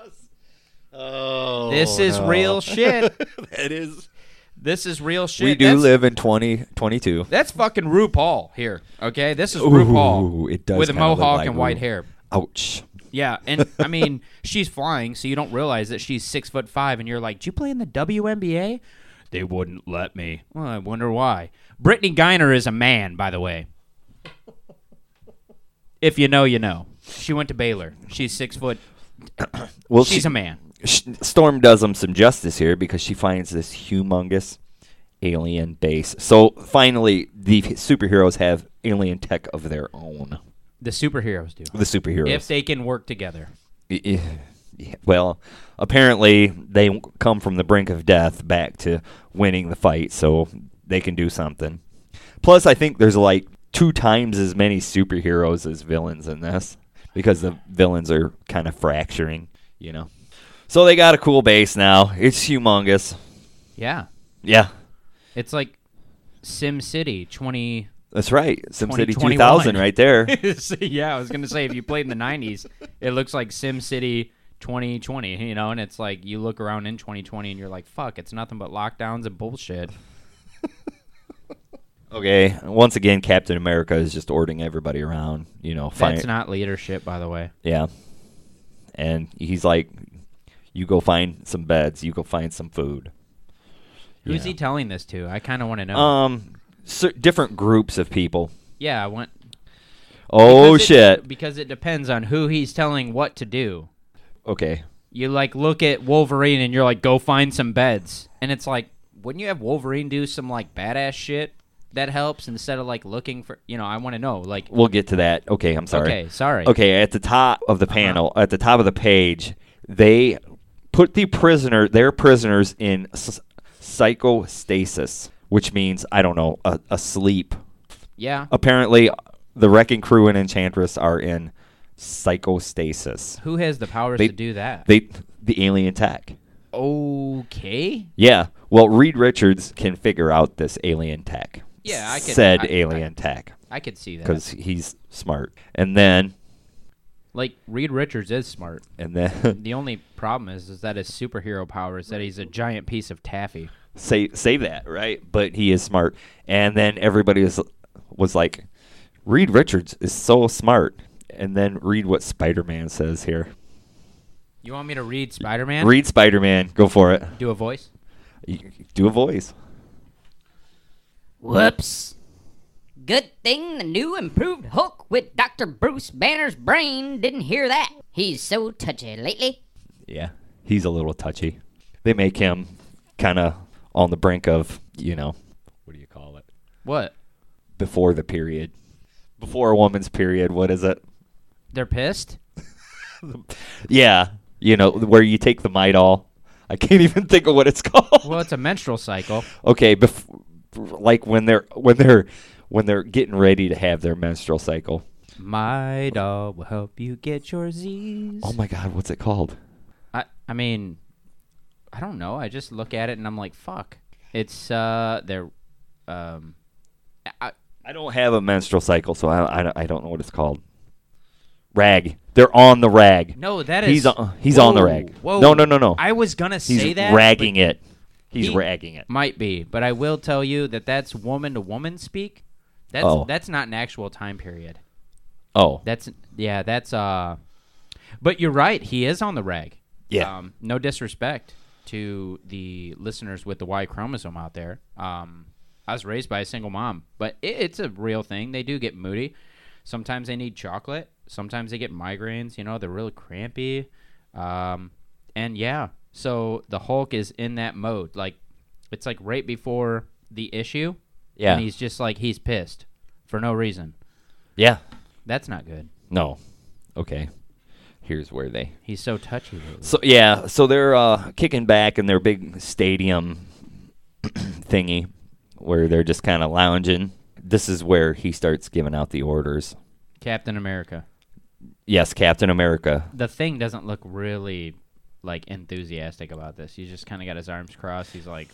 B: Oh.
C: This is real shit.
B: That is.
C: This is real shit.
B: We do
C: That's-
B: live in 2022.
C: That's fucking RuPaul here. Okay, this is
B: Ooh,
C: RuPaul
B: it does
C: with a
B: kinda look
C: mohawk
B: like
C: and white
B: Ru.
C: hair.
B: Ouch.
C: Yeah, and I mean she's flying, so you don't realize that she's six foot five, and you're like, "Do you play in the WNBA?" They wouldn't let me. Well, I wonder why. Brittany Griner is a man, by the way. If you know, you know. She went to Baylor. She's six foot.
B: Well,
C: She's
B: she-
C: a man.
B: Sh- Storm does them some justice here because she finds this humongous alien base. So finally, the superheroes have alien tech of their own.
C: The superheroes do,
B: The superheroes.
C: if they can work together.
B: I- I- yeah, well, apparently they w- come from the brink of death back to winning the fight, so they can do something. Plus, I think there's like two times as many superheroes as villains in this because the villains are kind of fracturing, you know. So they got a cool base now. It's humongous.
C: Yeah,
B: Yeah,
C: it's like Sim City twenty.
B: that's right. SimCity
C: 2021.
B: 2000 right there.
C: So, yeah, I was gonna say if you played in the '90s, it looks like SimCity 2020, you know, and it's like you look around in 2020 and you're like, "Fuck, it's nothing but lockdowns and bullshit."
B: okay, once again, Captain America is just ordering everybody around, you know, find,
C: That's not leadership, by the way.
B: Yeah. And he's like, you go find some beds, you go find some food.
C: Who's
B: Yeah.
C: he telling this to? I kind of want to know.
B: Um, cer different groups of people.
C: yeah, I want.
B: Oh,
C: because it-
B: shit.
C: Because it depends on who he's telling what to do.
B: okay.
C: You like look at Wolverine and you're like, "Go find some beds," and it's like, wouldn't you have Wolverine do some like badass shit? That helps instead of like looking for, you know, I want to know, like,
B: We'll get to that. Okay, I'm sorry.
C: okay, sorry, Uh-huh.
B: Okay, at the top of the panel, at the top of the page, they put the prisoner, their prisoners, in s- psychostasis, which means, I don't know, a, a sleep.
C: yeah,
B: Apparently, the Wrecking Crew and Enchantress are in psychostasis.
C: Who has the powers
B: They-
C: to do that?
B: They the alien tech.
C: okay.
B: Yeah. Well, Reed Richards can figure out this alien tech.
C: Yeah, I could-
B: said
C: I- I-
B: alien tech
C: I could see that.
B: because he's smart. And then
C: Like Reed Richards is smart.
B: and then
C: The only problem is, is that his superhero power is that he's a giant piece of taffy.
B: save save that right, but he is smart. And then everybody was was like, Reed Richards is so smart. And then read what Spider Man says here.
C: You want me to read Spider-Man?
B: Read Spider Man. Go for it.
C: Do a voice.
B: You- Do a voice.
D: Whoops. Good thing the new improved Hulk with Dr. Bruce Banner's brain didn't hear that. He's so touchy lately.
B: Yeah, he's a little touchy. They make him kind of on the brink of, you know, what do you call
C: What?
B: before the period. Before a woman's period, what is it?
C: They're pissed?
B: Yeah, you know, where you take the mitol. I can't even think of what it's called.
C: Well, it's a menstrual cycle.
B: Okay, bef- like when they're when they're when they're getting ready to have their menstrual cycle.
C: My doll will help you get your Z's.
B: Oh my god, what's it called?
C: I, I mean, I don't know. I just look at it and I'm like, fuck. It's, uh, they're, um, I,
B: I don't have a menstrual cycle, so I I, don't- I don't know what it's called. Rag. They're on the rag.
C: no, that is.
B: He's on- he's on the
C: Whoa,
B: rag.
C: Whoa.
B: No, no, no, no.
C: I was going to say
B: Oh. He's
C: that.
B: ragging it. He's
C: He-
B: ragging it.
C: Might be, but I will tell you that that's woman to woman speak. That's
B: Oh.
C: that's not an actual time period.
B: Oh,
C: That's yeah, that's uh But you're right, he is on the rag.
B: Yeah.
C: Um, no disrespect to the listeners with the Y chromosome out there. Um, I was raised by a single mom, but it, it's a real thing. They do get moody. Sometimes they need chocolate. Sometimes they get migraines. You know, they're real crampy. Um, and yeah, so the Hulk is in that mode. Like, it's like right before the issue.
B: Yeah.
C: And he's just like, he's pissed for no reason.
B: yeah.
C: That's not good.
B: No. Okay. Here's where they
C: He's so touchy. lately.
B: So yeah, so they're uh, kicking back in their big stadium thingy, where they're just kind of lounging. This is where he starts giving out the orders.
C: Captain America.
B: Yes, Captain America.
C: The thing doesn't look really like enthusiastic about this. He's just kind of got his arms crossed. He's like,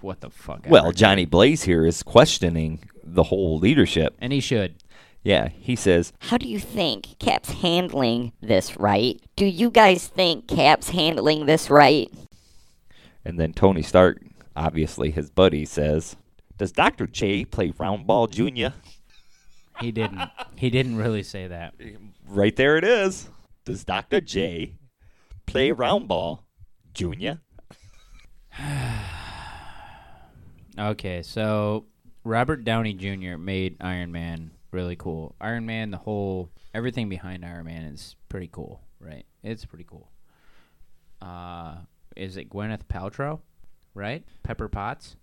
C: "What the fuck?"
B: Well,
C: ever?"
B: Johnny Blaze here is questioning the whole leadership.
C: and he should.
B: Yeah, he says,
D: How do you think Cap's handling this right? Do you guys think Cap's handling this right?
B: and then Tony Stark, obviously his buddy, says, "Does Doctor J play round ball, Junior?"
C: He didn't. he didn't really say that.
B: Right there it is. Does Doctor J play round ball, Junior?
C: Okay, so Robert Downey Jr. made Iron Man really cool. Iron Man, the whole everything behind Iron Man is pretty cool, right? It's pretty cool. Uh, is it Gwyneth Paltrow, right? Pepper Potts.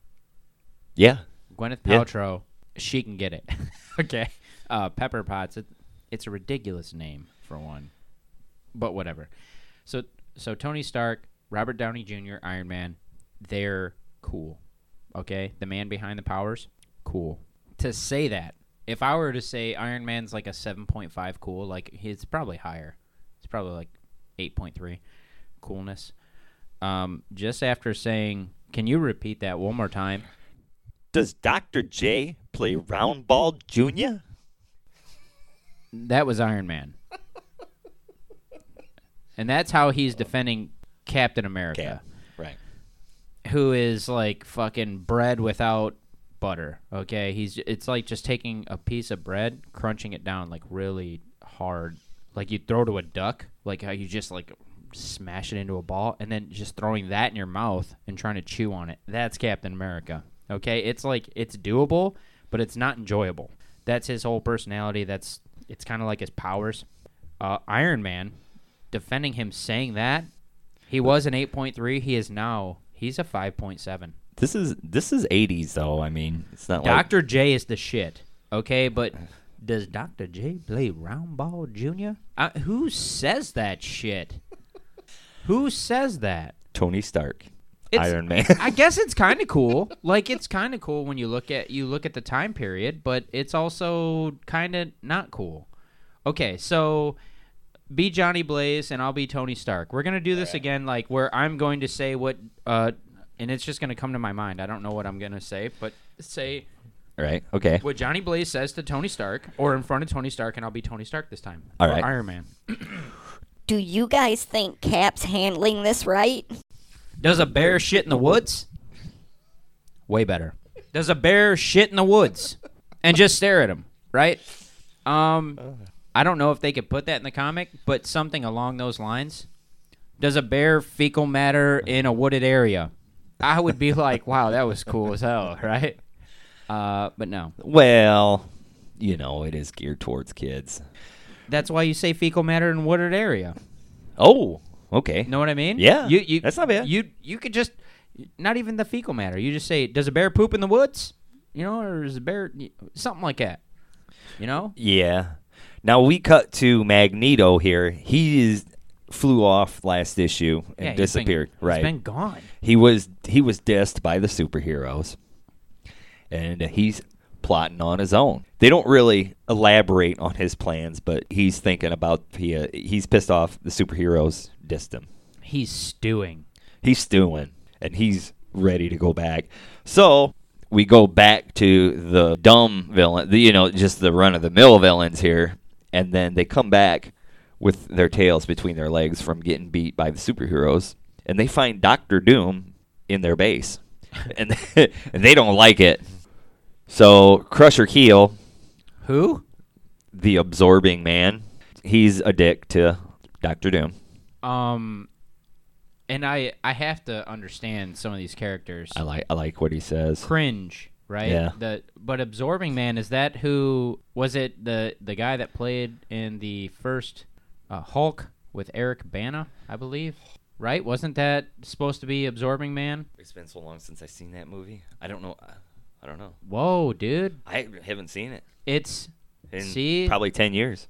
B: Yeah.
C: Gwyneth
B: Yeah.
C: Paltrow, she can get it. okay. Uh, Pepper Potts, it, it's a ridiculous name for one, but whatever. So, so Tony Stark, Robert Downey Jr., Iron Man, they're cool. Okay, the man behind the powers, cool. To say that, if I were to say Iron Man's like a seven point five cool, like it's probably higher. It's probably like eight point three coolness. Um, just after saying, can you repeat that one more time?
B: Does Dr. J play round ball junior?
C: That was Iron Man. and that's how he's defending Captain America,
B: Right.
C: who is like fucking bread without butter, okay? He's it's like just taking a piece of bread, crunching it down like really hard, like you throw to a duck, like how you just like smash it into a ball and then just throwing that in your mouth and trying to chew on it. That's Captain America. Okay? It's like it's doable, but it's not enjoyable. That's his whole personality. That's it's kind of like his powers. Uh, Iron Man defending him saying that he was an 8.3, he is now he's a 5.7.
B: This is this is 80s though. I mean, it's not like
C: Dr. J is the shit. Okay, but does Dr. J play round ball junior? Uh, who says that shit? who says that?
B: Tony Stark,
C: It's-
B: Iron Man.
C: I guess it's kind of cool. Like it's kind of cool when you look at you look at the time period, but it's also kind of not cool. Okay, so be Johnny Blaze and I'll be Tony Stark. We're gonna do this again, like where I'm going to say what, uh, and it's just gonna come to my mind. I don't know what I'm gonna say, but say
B: right. Okay.
C: what Johnny Blaze says to Tony Stark, or in front of Tony Stark, and I'll be Tony Stark this time.
B: All
C: Or
B: right.
C: Iron Man.
D: Do you guys think Cap's handling this right?
C: Does a bear shit in the woods? Way better. Does a bear shit in the woods and just stare at him, right? Um, I don't know if they could put that in the comic, but something along those lines. Does a bear fecal matter in a wooded area? I would be like, wow, that was cool as hell, right? Uh, but no,
B: Well, you know, it is geared towards kids.
C: that's why you say fecal matter in wooded area.
B: Oh, okay.
C: Know what I mean?
B: Yeah,
C: You, you,
B: that's not bad.
C: You, you could just not even the fecal matter. You just say, does a bear poop in the woods? you know, or is a bear something like that? You know,
B: Yeah. Now we cut to Magneto here. He is flew off last issue and
C: Yeah, he's been-
B: disappeared. right.
C: He's been gone.
B: he was he was dissed by the superheroes. And he's plotting on his own. They don't really elaborate on his plans, but he's thinking about he uh, he's pissed off the superheroes dissed him.
C: He's stewing.
B: He's stewing and he's ready to go back. So we go back to the dumb villain, the, you know, just the run of the mill villains here, and then they come back with their tails between their legs from getting beat by the superheroes, and they find Doctor Doom in their base, and and they don't like it. So Crusher Keel,
C: Who?
B: the absorbing man, he's a dick to Doctor Doom.
C: Um, and I I have to understand some of these characters.
B: I like I like what he says.
C: Cringe, right?
B: Yeah.
C: The but absorbing man is that who was it the the guy that played in the first uh, Hulk with Eric Bana, I believe. Right? Wasn't that supposed to be absorbing man?
B: It's been so long since I've seen that movie. I don't know. I don't know.
C: Whoa, dude!
B: I haven't seen it
C: It's
B: in
C: See?
B: probably ten years.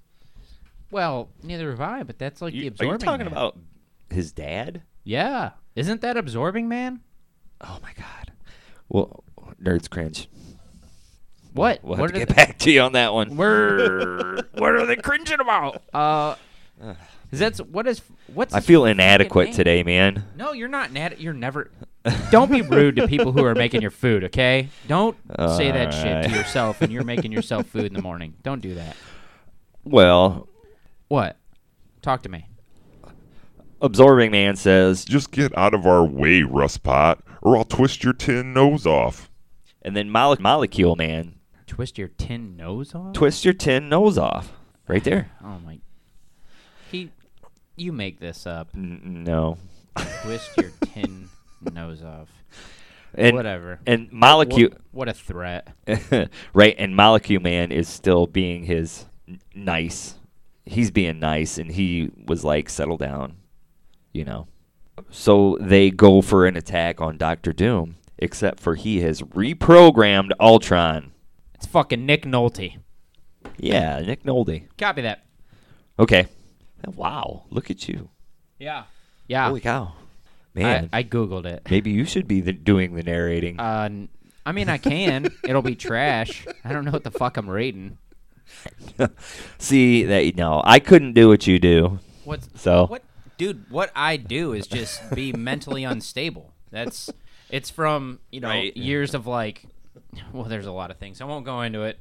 C: well, neither have I. But that's like the
B: are
C: absorbing.
B: you talking
C: man.
B: about his dad?
C: Yeah, isn't that absorbing man?
B: Oh my god. Well, nerds cringe.
C: What?
B: We'll
C: what
B: have to
C: are
B: get
C: the-
B: back to you on that one.
C: Where- what are they cringing about? Uh, is that's what is what's?
B: I
C: his
B: feel
C: freaking
B: inadequate
C: name?
B: today, man.
C: No, you're not inadequate. You're never. Don't be rude to people who are making your food. Okay, don't say that shit
B: Alright.
C: to yourself. And you're making yourself food in the morning. Don't do that.
B: Well,
C: What? Talk to me.
B: absorbing man says,
E: Just get out of our way, Rustpot, or I'll twist your tin nose off.
B: and then mole- molecule man
C: Twist your tin nose off.
B: twist your tin nose off right there.
C: Oh my. He, you make this up.
B: N- no.
C: Twist your tin nose off.
B: And,
C: Whatever.
B: And molecule.
C: What, what a threat.
B: right, and Molecule Man is still being his n- nice. He's being nice, and he was like, "Settle down," you know. So they go for an attack on Doctor Doom, except for he has reprogrammed Ultron.
C: It's fucking Nick Nolte.
B: Yeah, Nick Nolte.
C: Copy that.
B: Okay. Wow, look at you!
C: Yeah. Yeah.
B: Holy cow,
C: I,
B: man!
C: I googled it.
B: maybe you should be the, doing the narrating.
C: Uh, n- I mean, I can. It'll be trash. I don't know what the fuck I'm reading.
B: See that? No, I couldn't do what you do.
C: What's
B: So-
C: What, dude? What I do is just be mentally unstable. That's it's from you know
B: Right.
C: years of like, well, there's a lot of things. I won't go into it.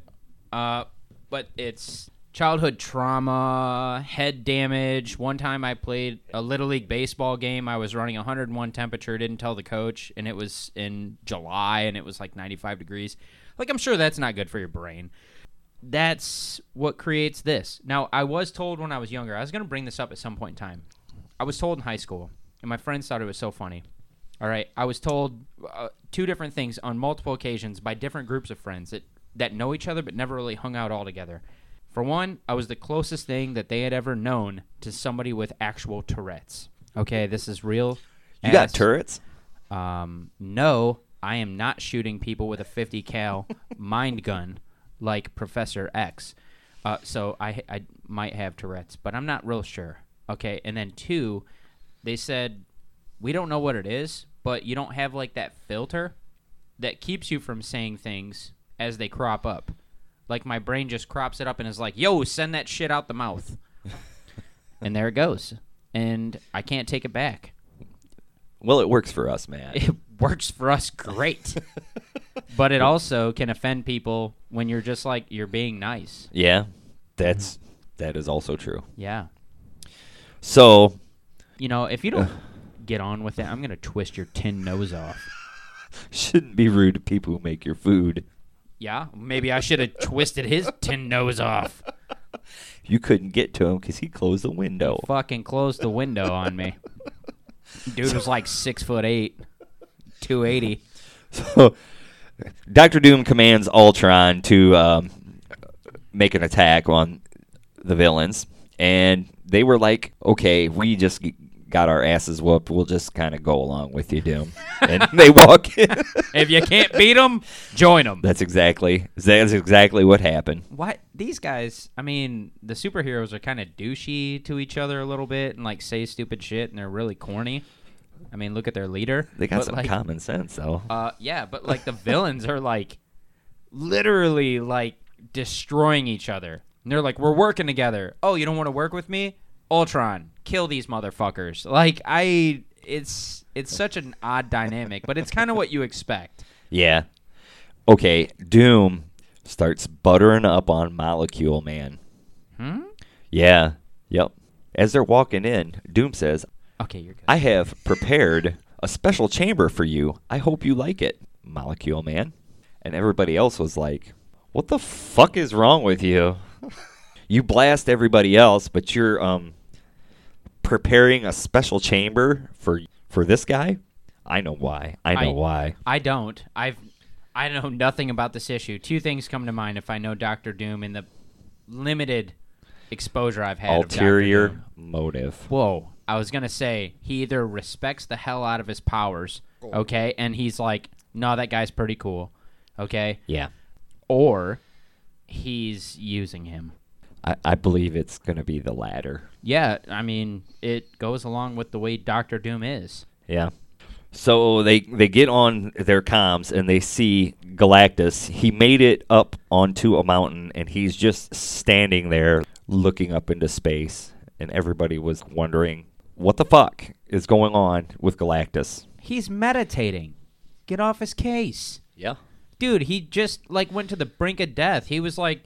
C: Uh, but it's childhood trauma, head damage. One time I played a little league baseball game. I was running 101 temperature. Didn't tell the coach, and it was in July, and it was like 95 degrees. Like I'm sure that's not good for your brain that's what creates this. Now, I was told when I was younger, I was going to bring this up at some point in time. I was told in high school, and my friends thought it was so funny. All right, I was told uh, two different things on multiple occasions by different groups of friends that, that know each other but never really hung out all together. For one, I was the closest thing that they had ever known to somebody with actual Tourette's. Okay, this is real.
B: You got
C: ass-
B: turrets?
C: um, no, I am not shooting people with a 50 cal mind gun like Professor X. Uh, so I, I might have Tourette's, but I'm not real sure. Okay, and then two, they said we don't know what it is, but you don't have like that filter that keeps you from saying things as they crop up. Like my brain just crops it up and is like, "Yo, send that shit out the mouth," and there it goes, and I can't take it back
B: Well, it works for us, man.
C: it works for us great. but it also can offend people when you're just like you're being nice.
B: Yeah, that's that is also true.
C: Yeah.
B: So
C: You know, if you don't get on with it, I'm going to twist your tin nose off.
B: shouldn't be rude to people who make your food.
C: Yeah, maybe I should have twisted his tin nose off.
B: You couldn't get to him because he closed the window.
C: Fucking closed the window on me. Dude was like six foot eight, 280.
B: So Doctor Doom commands Ultron to um, make an attack on the villains, and they were like, "Okay, we just got our asses whooped. We'll just kind of go along with you, Doom. and they walk in.
C: if you can't beat them, join them.
B: That's exactly that's exactly what happened.
C: What these guys? I mean, the superheroes are kind of douchey to each other a little bit and like say stupid shit, and they're really corny. I mean, look at their leader.
B: They got
C: But,
B: some
C: like,
B: common sense though.
C: Uh, yeah, but like the villains are like literally like destroying each other. And they're like, we're working together. Oh, you don't want to work with me? Ultron, kill these motherfuckers. Like I, it's it's such an odd dynamic, but it's kind of what you expect.
B: Yeah. Okay, Doom starts buttering up on Molecule Man.
C: Hmm.
B: Yeah. Yep. As they're walking in, Doom says,
C: Okay, you're good.
B: I have prepared a special chamber for you. I hope you like it, Molecule Man. And everybody else was like, What the fuck is wrong with you? you blast everybody else, but you're um preparing a special chamber for for this guy? I know why. I know
C: I-
B: why.
C: I don't. I've I know nothing about this issue. Two things come to mind if I know Doctor Doom and the limited exposure I've had. of Dr. Doom.
B: Ulterior motive.
C: Whoa. I was gonna say he either respects the hell out of his powers, okay, and he's like, no, that guy's pretty cool, okay,
B: Yeah.
C: or he's using him.
B: I, I believe it's going to be the latter.
C: Yeah, I mean, it goes along with the way Doctor Doom is.
B: Yeah. So they they get on their comms and they see Galactus. He made it up onto a mountain and he's just standing there looking up into space and everybody was wondering what the fuck is going on with Galactus.
C: He's meditating. Get off his case.
B: Yeah.
C: dude he just like went to the brink of death he was like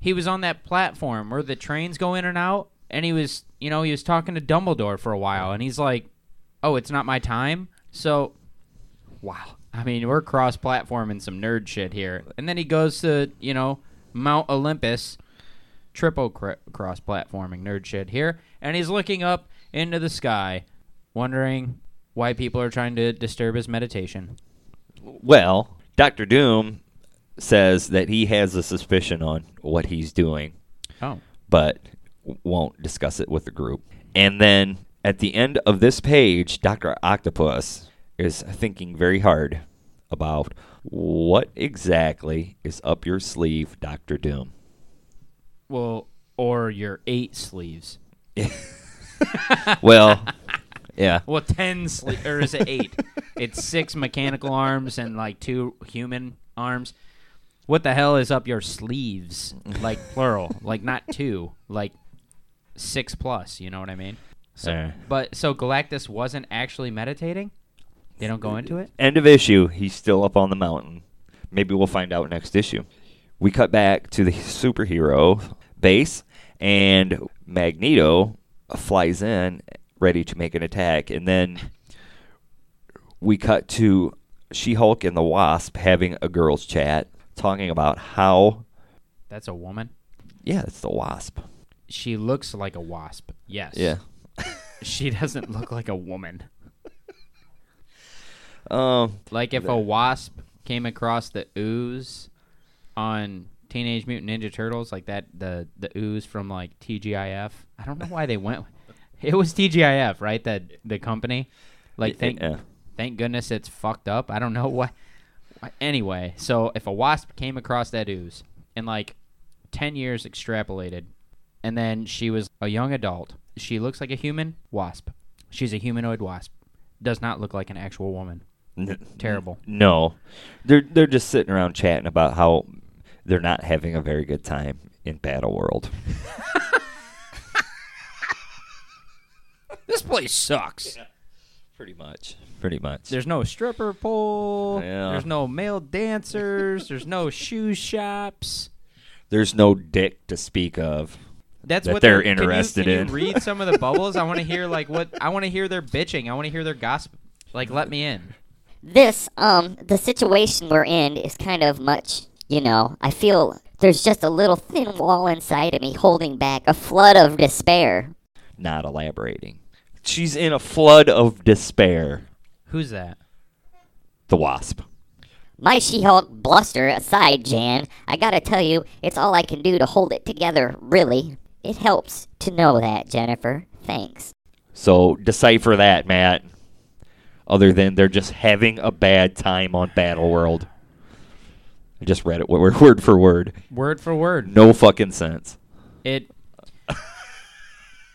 C: he was on that platform where the trains go in and out and he was you know he was talking to dumbledore for a while and he's like oh it's not my time so wow i mean we're cross platform and some nerd shit here and then he goes to you know mount olympus triple cr- cross platforming nerd shit here and he's looking up into the sky wondering why people are trying to disturb his meditation
B: Well, Doctor Doom says that he has a suspicion on what he's doing.
C: oh
B: but won't discuss it with the group. And then at the end of this page, Dr. Octopus is thinking very hard about what exactly is up your sleeve, Dr. Doom.
C: Well, or your eight sleeves.
B: Well, yeah.
C: Well, ten sleeves, or is it eight? it's six mechanical arms and like two human arms. What the hell is up your sleeves? Like plural, like not two, like six plus. You know what I mean? So,
B: Uh.
C: but so Galactus wasn't actually meditating. They don't go into it.
B: End of issue. He's still up on the mountain. Maybe we'll find out next issue. We cut back to the superhero base, and Magneto flies in, ready to make an attack. And then we cut to She Hulk and the Wasp having a girls' chat, talking about how,
C: That's a woman.
B: yeah, it's the Wasp.
C: She looks like a wasp. Yes. She doesn't look like a woman.
B: Um,
C: Like if a wasp came across the ooze on Teenage Mutant Ninja Turtles, like that the the ooze from like TGIF. I don't know why they went. It was TGIF, right? That the company. Like thank
B: yeah.
C: thank goodness it's fucked up. I don't know why. why- Anyway, so if a wasp came across that ooze and like ten years extrapolated, and then she was a young adult, she looks like a human wasp. She's a humanoid wasp. Does not look like an actual woman.
B: n-
C: Terrible.
B: No, they're they're just sitting around chatting about how they're not having a very good time in Battle World.
C: This place sucks.
B: Pretty much. Pretty much.
C: There's no stripper pole.
B: Yeah.
C: There's no male dancers. there's no shoe shops.
B: There's no dick to speak of.
C: That's
B: That
C: what
B: they're
C: can you-
B: interested
C: can you
B: in.
C: read some of the bubbles. I want to hear like what I want to hear their bitching. I want to hear their gossip. Like let me in.
F: this um the situation we're in is kind of much you know i feel there's just a little thin wall inside of me holding back a flood of despair
B: Not elaborating. She's in a flood of despair.
C: Who's that?
B: The wasp.
F: my she-hulk bluster aside jan i gotta tell you it's all i can do to hold it together really it helps to know that jennifer thanks
B: So decipher that, Matt. Other than they're just having a bad time on Battle World. I just read it word word for word.
C: Word for word.
B: No fucking sense.
C: It.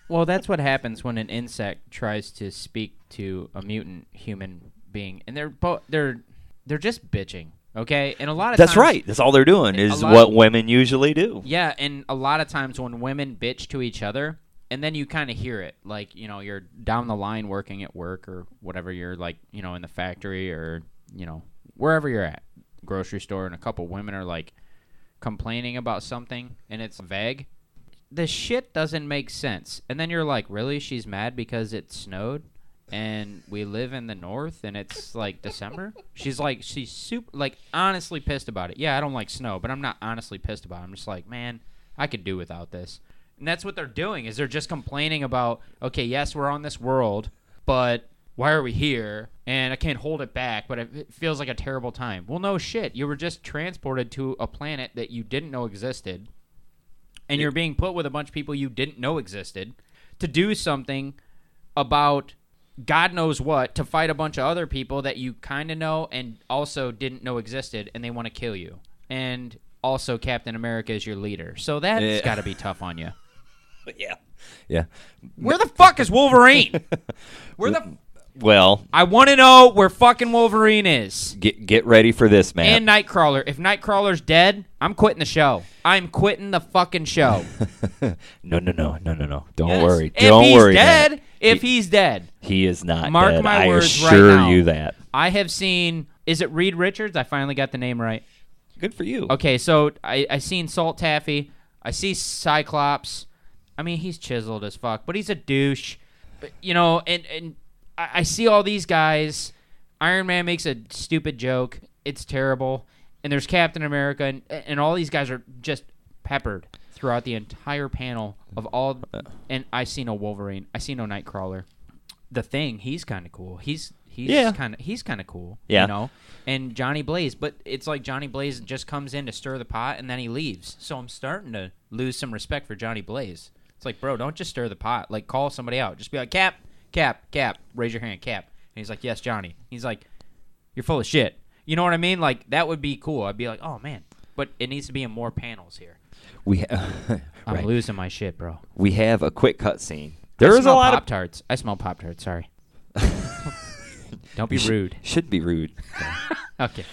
C: Well, that's what happens when an insect tries to speak to a mutant human being, and they're bo- they're they're just bitching, okay? And a lot of
B: That's
C: times-
B: right. That's all they're doing is
C: lot
B: what
C: of-
B: women usually do.
C: Yeah, and a lot of times when women bitch to each other, and then you kind of hear it, like you know, you're down the line working at work or whatever. You're like, you know, in the factory or you know wherever you're at, grocery store, and a couple women are like complaining about something, and it's vague. The shit doesn't make sense, and then you're like, really? She's mad because it snowed. And we live in the north, and it's like December. She's like, she's super, like, honestly pissed about it. Yeah, I don't like snow, but I'm not honestly pissed about it. I'm just like, man, I could do without this. And that's what they're doing is they're just complaining about, okay, yes, we're on this world, but why are we here? And I can't hold it back, but it it feels like a terrible time. Well, no shit. You were just transported to a planet that you didn't know existed, and you're being put with a bunch of people you didn't know existed to do something about God knows what to fight a bunch of other people that you kind of know and also didn't know existed, and they want to kill you. And also, Captain America is your leader, so that's
B: Yeah.
C: got to be tough on you.
B: Yeah. Yeah.
C: Where the fuck is Wolverine? Where the
B: Well,
C: I want to know where fucking Wolverine is
B: get get ready for this, Matt.
C: and Nightcrawler. If Nightcrawler's dead, I'm quitting the show. I'm quitting the fucking show.
B: no, no, no, no, no, no. Don't
C: Yes.
B: worry.
C: If
B: Don't
C: he's
B: worry.
C: dead,
B: Matt.
C: if he's dead,
B: He is not
C: Mark
B: dead.
C: my
B: I
C: words right
B: assure
C: now.
B: you that.
C: I have seen. Is it Reed Richards? I finally got the name right.
B: Good for you.
C: Okay, so I I seen Salt Taffy. I see Cyclops. I mean, he's chiseled as fuck, but he's a douche. But, you know, and and I, I see all these guys. Iron Man makes a stupid joke. It's terrible. And there's Captain America, and and all these guys are just peppered throughout the entire panel of all. And I see no Wolverine. I see no Nightcrawler. The Thing. He's kind of cool. He's he's
B: Yeah.
C: kind of he's kind of cool.
B: Yeah.
C: You know and Johnny Blaze, but it's like Johnny Blaze just comes in to stir the pot and then he leaves. So I'm starting to lose some respect for Johnny Blaze. It's like, bro, don't just stir the pot. Like, call somebody out. Just be like, Cap, Cap, Cap, raise your hand, Cap. And he's like, Yes, Johnny. He's like, You're full of shit. You know what I mean? Like, that would be cool. I'd be like, Oh man, but it needs to be in more panels here.
B: We ha-
C: I'm
B: right.
C: losing my shit, bro.
B: we have a quick cutscene. There
C: I
B: is a lot
C: pop tarts. I smell pop tarts. Sorry. don't be
B: of
C: rude.
B: Should be rude.
C: Okay.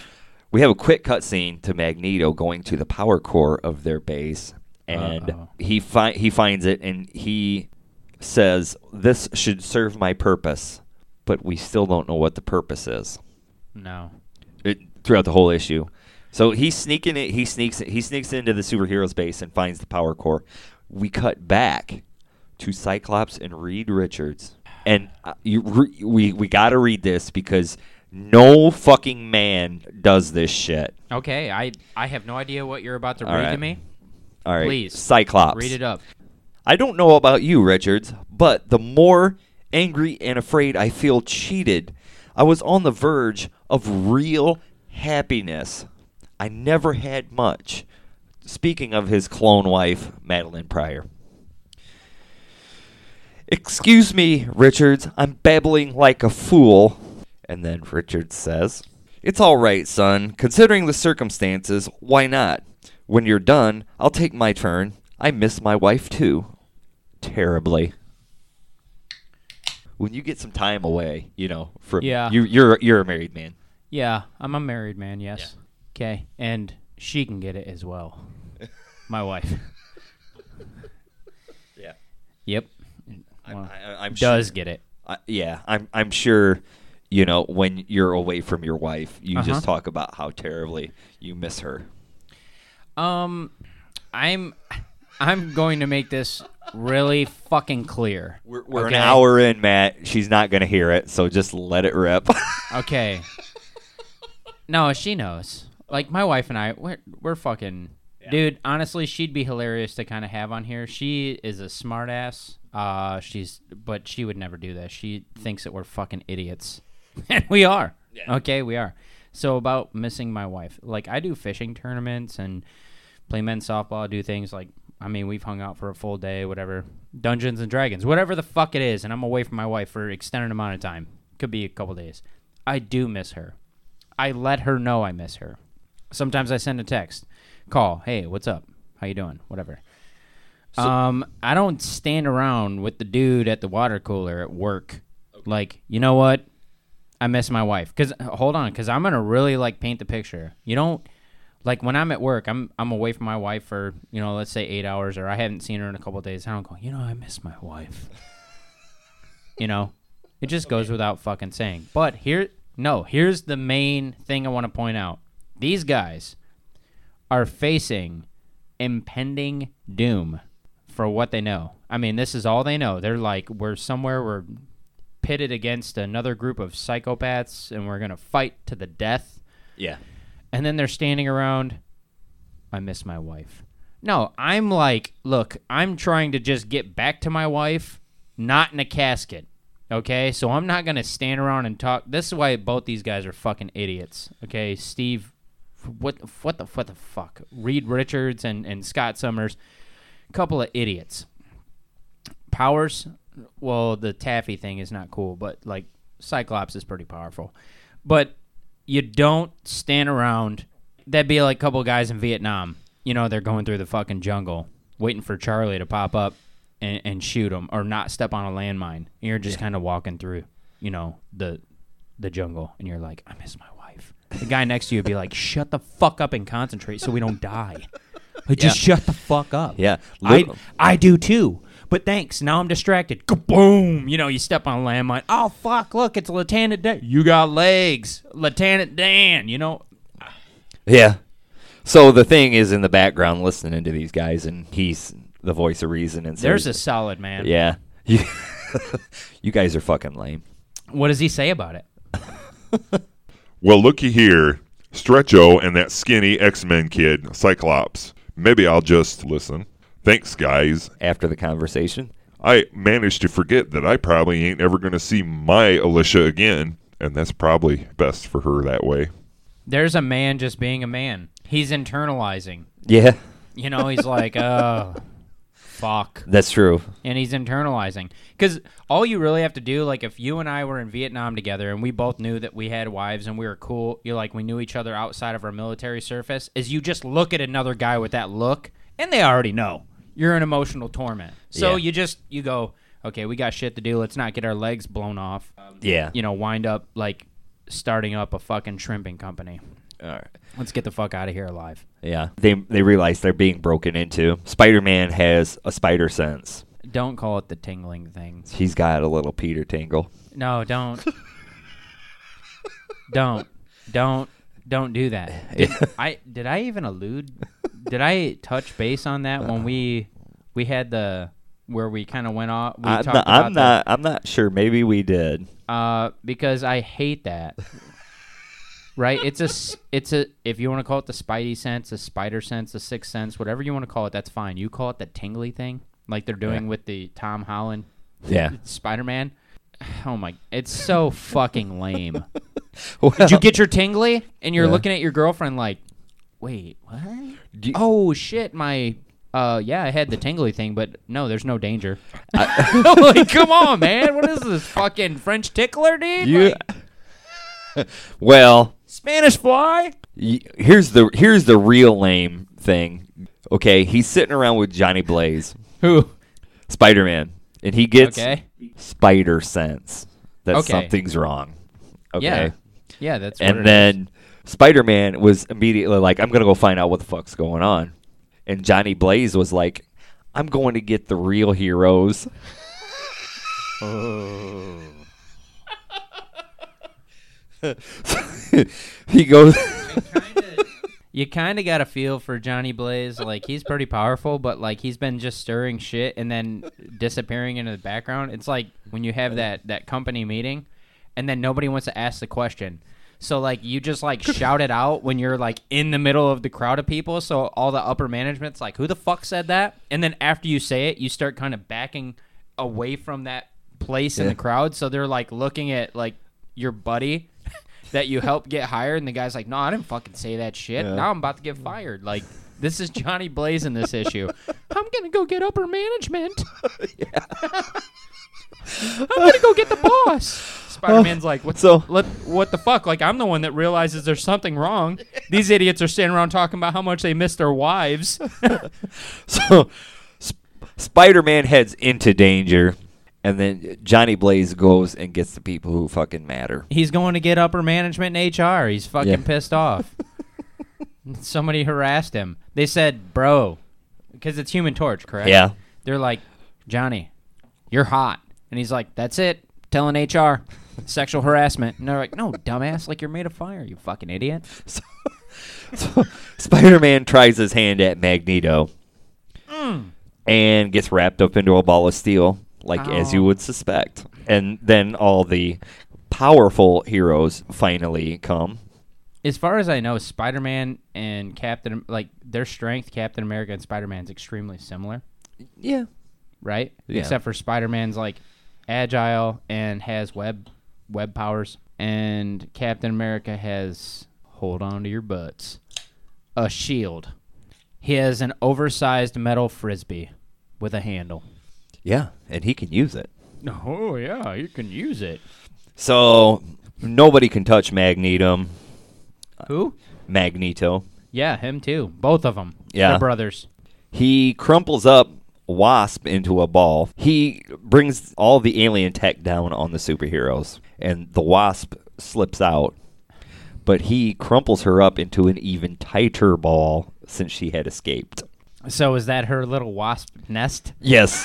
B: We have a quick cutscene to Magneto going to the power core of their base, and
C: Uh-oh.
B: he fi- he finds it, and he says, "This should serve my purpose," but we still don't know what the purpose is
C: No.
B: it, throughout the whole issue. So he's sneaking it. He sneaks it. He sneaks into the superhero's base and finds the power core. We cut back to Cyclops and Reed Richards, and uh, you re- we we got to read this because no fucking man does this shit.
C: Okay, I I have no idea what you're about to
B: All
C: read to
B: right.
C: me.
B: All right,
C: Please,
B: Cyclops.
C: Read it up.
B: I don't know about you, Richards, but the more angry and afraid I feel cheated, I was on the verge of real happiness. I never had much. Speaking of his clone wife, Madeline Pryor. Excuse me, Richards, I'm babbling like a fool. And then Richards says, It's all right, son. Considering the circumstances, why not? When you're done, I'll take my turn. I miss my wife too. Terribly. When you get some time away, you know, from
C: Yeah.
B: you you're you're a married man.
C: Yeah, I'm a married man, yes. Okay. And she can get it as well. My wife.
B: Yeah.
C: Yep.
B: I,
C: Well,
B: I, I'm
C: does
B: sure,
C: get it.
B: I, yeah, I'm I'm sure you know when you're away from your wife, you
C: Uh-huh.
B: just talk about how terribly you miss her.
C: Um I'm I'm going to make this really fucking clear.
B: We're, we're
C: Okay.
B: an hour in, Matt. She's not going to hear it, so just let it rip.
C: Okay. No, she knows. Like my wife and I, we're we're fucking dude. Honestly, she'd be hilarious to kind of have on here. She is a smartass. Uh, she's but she would never do that. She thinks that we're fucking idiots, and we are. Okay, we are. So about missing my wife, like I do fishing tournaments and play men's softball, do things like I mean we've hung out for a full day, whatever. Dungeons and Dragons, whatever the fuck it is, and I'm away from my wife for an extended amount of time. Could be a couple days. I do miss her. I let her know I miss her. Sometimes I send a text, call, hey, what's up? How you doing? Whatever. um, I don't stand around with the dude at the water cooler at work. Like, you know what? I miss my wife. Cause hold on, cause I'm gonna really like paint the picture. You don't like when I'm at work, I'm I'm away from my wife for you know let's say eight hours, or I haven't seen her in a couple of days. I don't go, you know, I miss my wife. you know, it just goes without fucking saying. But here, no, here's the main thing I want to point out: these guys are facing impending doom for what they know. I mean, this is all they know. They're like, we're somewhere, we're pitted against another group of psychopaths, and we're gonna fight to the death
B: Yeah.
C: and then they're standing around i miss my wife no i'm like look i'm trying to just get back to my wife not in a casket okay so i'm not gonna stand around and talk this is why both these guys are fucking idiots okay steve what what the what the fuck reed richards and and scott summers couple of idiots powers well the taffy thing is not cool but like cyclops is pretty powerful but you don't stand around. That'd be like a couple guys in Vietnam. You know, they're going through the fucking jungle, waiting for Charlie to pop up and, and shoot them, or not step on a landmine. And you're just kind of walking through, you know, the the jungle, and you're like, I miss my wife. The guy next to you would be like, Shut the fuck up and concentrate, so we don't die. Like, Just shut the fuck up.
B: Yeah.
C: I,
B: Lit-
C: I do too. But thanks. Now I'm distracted. Kaboom! You know, you step on a landmine. Oh fuck! Look, it's Lieutenant Dan. You got legs, Lieutenant Dan. You know,
B: Yeah. So the thing is in the background listening to these guys, and he's the voice of reason. And says,
C: there's a solid man.
B: Yeah. You, you guys are fucking lame.
C: What does he say about it?
E: Well, looky here. Stretcho and that skinny X Men kid, Cyclops. Maybe I'll just listen. Thanks, guys.
B: After the conversation,
E: I managed to forget that I probably ain't ever going to see my Alicia again, and that's probably best for her that way.
C: There's a man just being a man. He's internalizing.
B: yeah,
C: You know, he's like, oh, fuck.
B: that's true.
C: and he's internalizing because all you really have to do like if you and i were in vietnam together and we both knew that we had wives and we were cool you like we knew each other outside of our military service is you just look at another guy with that look and they already know you're in emotional torment so
B: Yeah.
C: you just you go okay we got shit to do let's not get our legs blown off
B: Yeah.
C: you know wind up like starting up a fucking shrimping company
B: All right.
C: let's get the fuck out of here alive
B: Yeah. They they realize they're being broken into. Spider Man has a spider sense.
C: don't call it the tingling thing
B: He's got a little Peter tingle.
C: No, don't. don't. Don't. Don't do that. Did I did I even allude? Did I touch base on that when we we had the where we kind of went off? We
B: I'm
C: talked
B: not, I'm
C: about
B: not. I'm not sure. Maybe we did.
C: that, uh, because I hate that. right? It's a s- it's a if you want to call it the Spidey sense, the Spider sense, the Sixth sense, whatever you want to call it, that's fine. You call it the tingly thing, like they're doing with the Tom Holland
B: Yeah.
C: Spider Man. Oh my! It's so fucking lame.
B: Well,
C: Did you get your tingly? And you're
B: Yeah.
C: looking at your girlfriend like, wait, what?
B: Do-
C: oh shit, my. Uh, yeah, I had the tingly thing, but no, there's no danger. like, come on, man! What is this fucking French tickler, dude?
B: you-
C: Like,
B: well,
C: Spanish fly?
B: y- here's the here's the real lame thing. Okay, he's sitting around with Johnny Blaze,
C: Who?
B: Spider Man, and he gets
C: Okay.
B: spider sense that
C: Okay.
B: something's wrong. Okay.
C: Yeah. Yeah, that's. what
B: And
C: it is.
B: then Spider Man was immediately like, I'm going to go find out what the fuck's going on. And Johnny Blaze was like, I'm going to get the real heroes.
C: Oh.
B: he goes,
C: you kind of got a feel for Johnny Blaze. Like he's pretty powerful, but like he's been just stirring shit and then disappearing into the background. It's like when you have that that company meeting, and then nobody wants to ask the question. So like you just like shout it out when you're like in the middle of the crowd of people. So all the upper management's like, "Who the fuck said that?" And then after you say it, you start kind of backing away from that place in the crowd. So they're like looking at like your buddy that you help get hired, and the guy's like, "No, I didn't fucking say that shit. Now I'm about to get fired." Like This is Johnny Blaze in this issue. I'm gonna go get upper management. I'm gonna go get the boss. Spider Man's like, what?
B: so-
C: let, what the fuck? Like, I'm the one that realizes there's something wrong. These idiots are standing around talking about how much they miss their wives.
B: So sp- Spider-Man heads into danger, and then Johnny Blaze goes and gets the people who fucking matter.
C: He's going to get upper management in HR. He's fucking
B: Yeah.
C: pissed off. Somebody harassed him. They said, "Bro," because it's Human Torch, correct?
B: Yeah.
C: They're like, "Johnny, you're hot," and he's like, "That's it." Telling HR, sexual harassment, and they're like, "No, dumbass! Like you're made of fire, you fucking idiot."
B: So, so Spider-Man tries his hand at Magneto and gets wrapped up into a ball of steel, like as
C: Ow.
B: you would suspect. And then all the powerful heroes finally come.
C: As far as I know, Spider-Man and Captain, like their strength, Captain America and Spider-Man's extremely similar.
B: Yeah.
C: right?
B: Yeah.
C: Except for Spider Man's like agile and has web web powers, and Captain America has hold on to your butts a shield. He has an oversized metal frisbee with a handle.
B: Yeah, and he can use it.
C: Oh yeah, you can use it.
B: So nobody can touch Magnetum,
C: Who?
B: Magneto.
C: Yeah, him too. Both of them.
B: Yeah.
C: They're brothers.
B: He crumples up Wasp into a ball. He brings all the alien tech down on the superheroes, and the Wasp slips out. But he crumples her up into an even tighter ball since she had escaped.
C: So is that her little wasp nest?
B: Yes,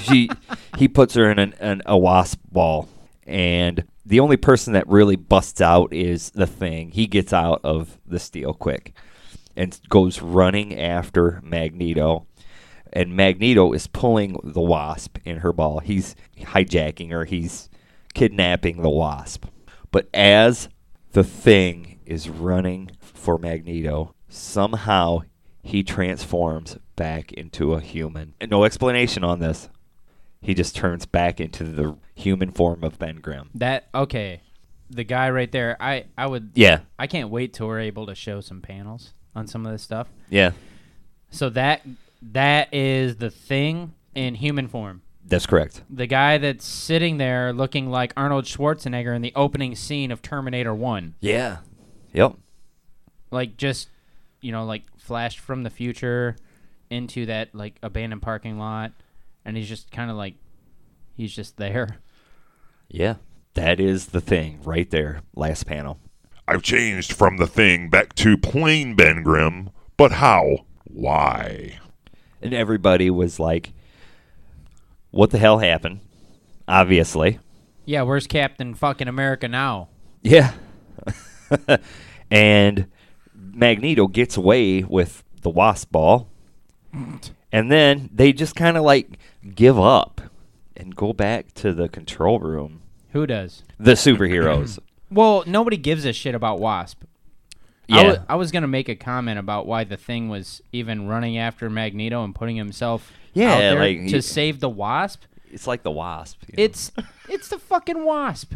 B: she he puts her in an, an, a wasp ball, and the only person that really busts out is the thing. He gets out of the steel quick, and goes running after Magneto, and Magneto is pulling the wasp in her ball. He's hijacking her. He's kidnapping the wasp. But as the thing is running for Magneto, somehow he transforms back into a human. And no explanation on this. He just turns back into the human form of Ben Grimm.
C: That okay. The guy right there, I, I would
B: Yeah,
C: I can't wait till we're able to show some panels on some of this stuff.
B: yeah,
C: So that that is the thing in human form.
B: that's correct.
C: The guy that's sitting there looking like Arnold Schwarzenegger in the opening scene of Terminator 1.
B: Yeah, yep,
C: Like just, you know, like flashed from the future into that like abandoned parking lot and he's just kind of like he's just there.
B: yeah. That is the thing right there. Last panel.
E: I've changed from the thing back to plain Ben Grimm, but how? Why?
B: and everybody was like, "What the hell happened?" Obviously,
C: Yeah, where's Captain fucking America now?
B: yeah. and Magneto gets away with the wasp ball, and then they just kind of like give up and go back to the control room.
C: Who does?
B: The superheroes,
C: Well, nobody gives a shit about Wasp. I
B: yeah,
C: wa- I was gonna make a comment about why the thing was even running after Magneto and putting himself
B: Yeah,
C: out there
B: like,
C: to
B: he-
C: save the Wasp.
B: it's like the wasp. you know.
C: It's it's the fucking Wasp.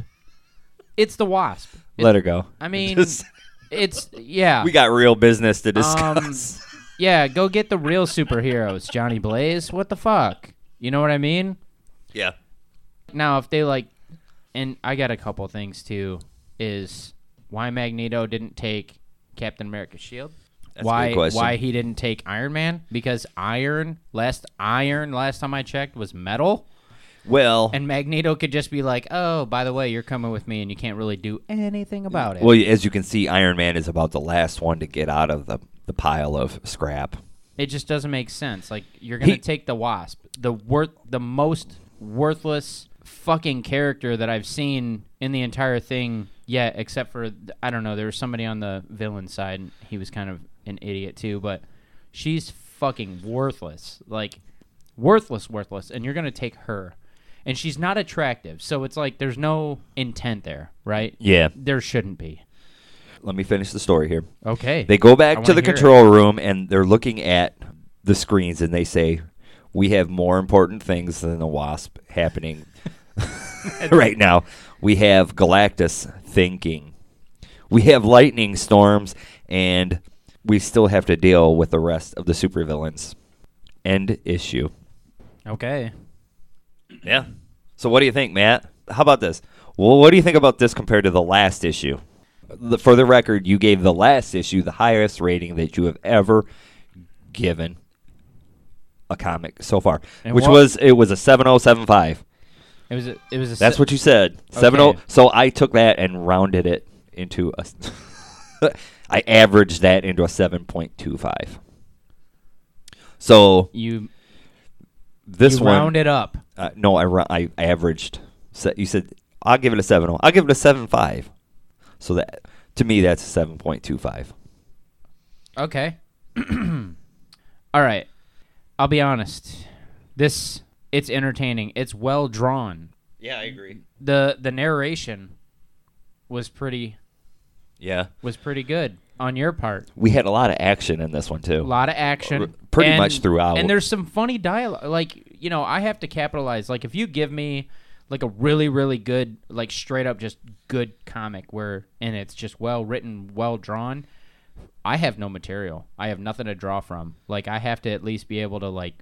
C: It's the Wasp.
B: let her go.
C: I mean, it's yeah,
B: we got real business to
C: Um,
B: discuss.
C: yeah. Go get the real superheroes, Johnny Blaze. What the fuck? You know what I mean?
B: yeah,
C: Now, if they like, and I got a couple things too. Is why Magneto didn't take Captain America's shield?
B: That's a
C: why
B: good question.
C: why he didn't take Iron Man? Because iron last iron last time I checked was metal,
B: well,
C: and Magneto could just be like, "Oh, by the way, you're coming with me, and you can't really do anything about it."
B: Well, as you can see, Iron Man is about the last one to get out of the, the pile of scrap.
C: it just doesn't make sense. Like you're gonna
B: He-
C: take the Wasp, the worth, the most worthless fucking character that I've seen in the entire thing yet, except for I don't know. There was somebody on the villain side. And he was kind of an idiot too, but she's fucking worthless. Like worthless, worthless. And you're gonna take her, and she's not attractive. So it's like there's no intent there, right?
B: Yeah.
C: There shouldn't be.
B: Let me finish the story here.
C: Okay.
B: They go
C: I
B: back to
C: wanna
B: the
C: hear it.
B: control room and they're looking at the screens and they say, We have more important things than the Wasp happening right now. We have Galactus thinking. We have lightning storms and we still have to deal with the rest of the supervillains. End issue.
C: Okay.
B: Yeah. So what do you think, Matt? How about this? Well, what do you think about this compared to the last issue? The, for the record, you gave the last issue the highest rating that you have ever given a comic so far,
C: And
B: which
C: what-
B: was it was a 7075.
C: It was a, it was a
B: That's
C: se-
B: what you said.
C: Okay.
B: 70 So I took that and rounded it into a s- I averaged that into a 7.25. So
C: you
B: this
C: you
B: one
C: round it up.
B: uh, no, I, ru- I I averaged. So you said I'll give it a seven. oh. I'll give it a seven five. So that to me that's a seven point two five.
C: Okay. All right. I'll be honest. This it's entertaining. It's well drawn.
B: Yeah, I agree.
C: The the narration was pretty
B: Yeah,
C: was pretty good on your part.
B: we had a lot of action in this one
C: A
B: too.
C: lot of action.
B: R- pretty
C: and-
B: much throughout.
C: And there's some funny dialogue. Like, you know, I have to capitalize. Like, if you give me like a really, really good, like straight up just good comic where, and it's just well written, well drawn, I have no material. I have nothing to draw from. Like, I have to at least be able to, like,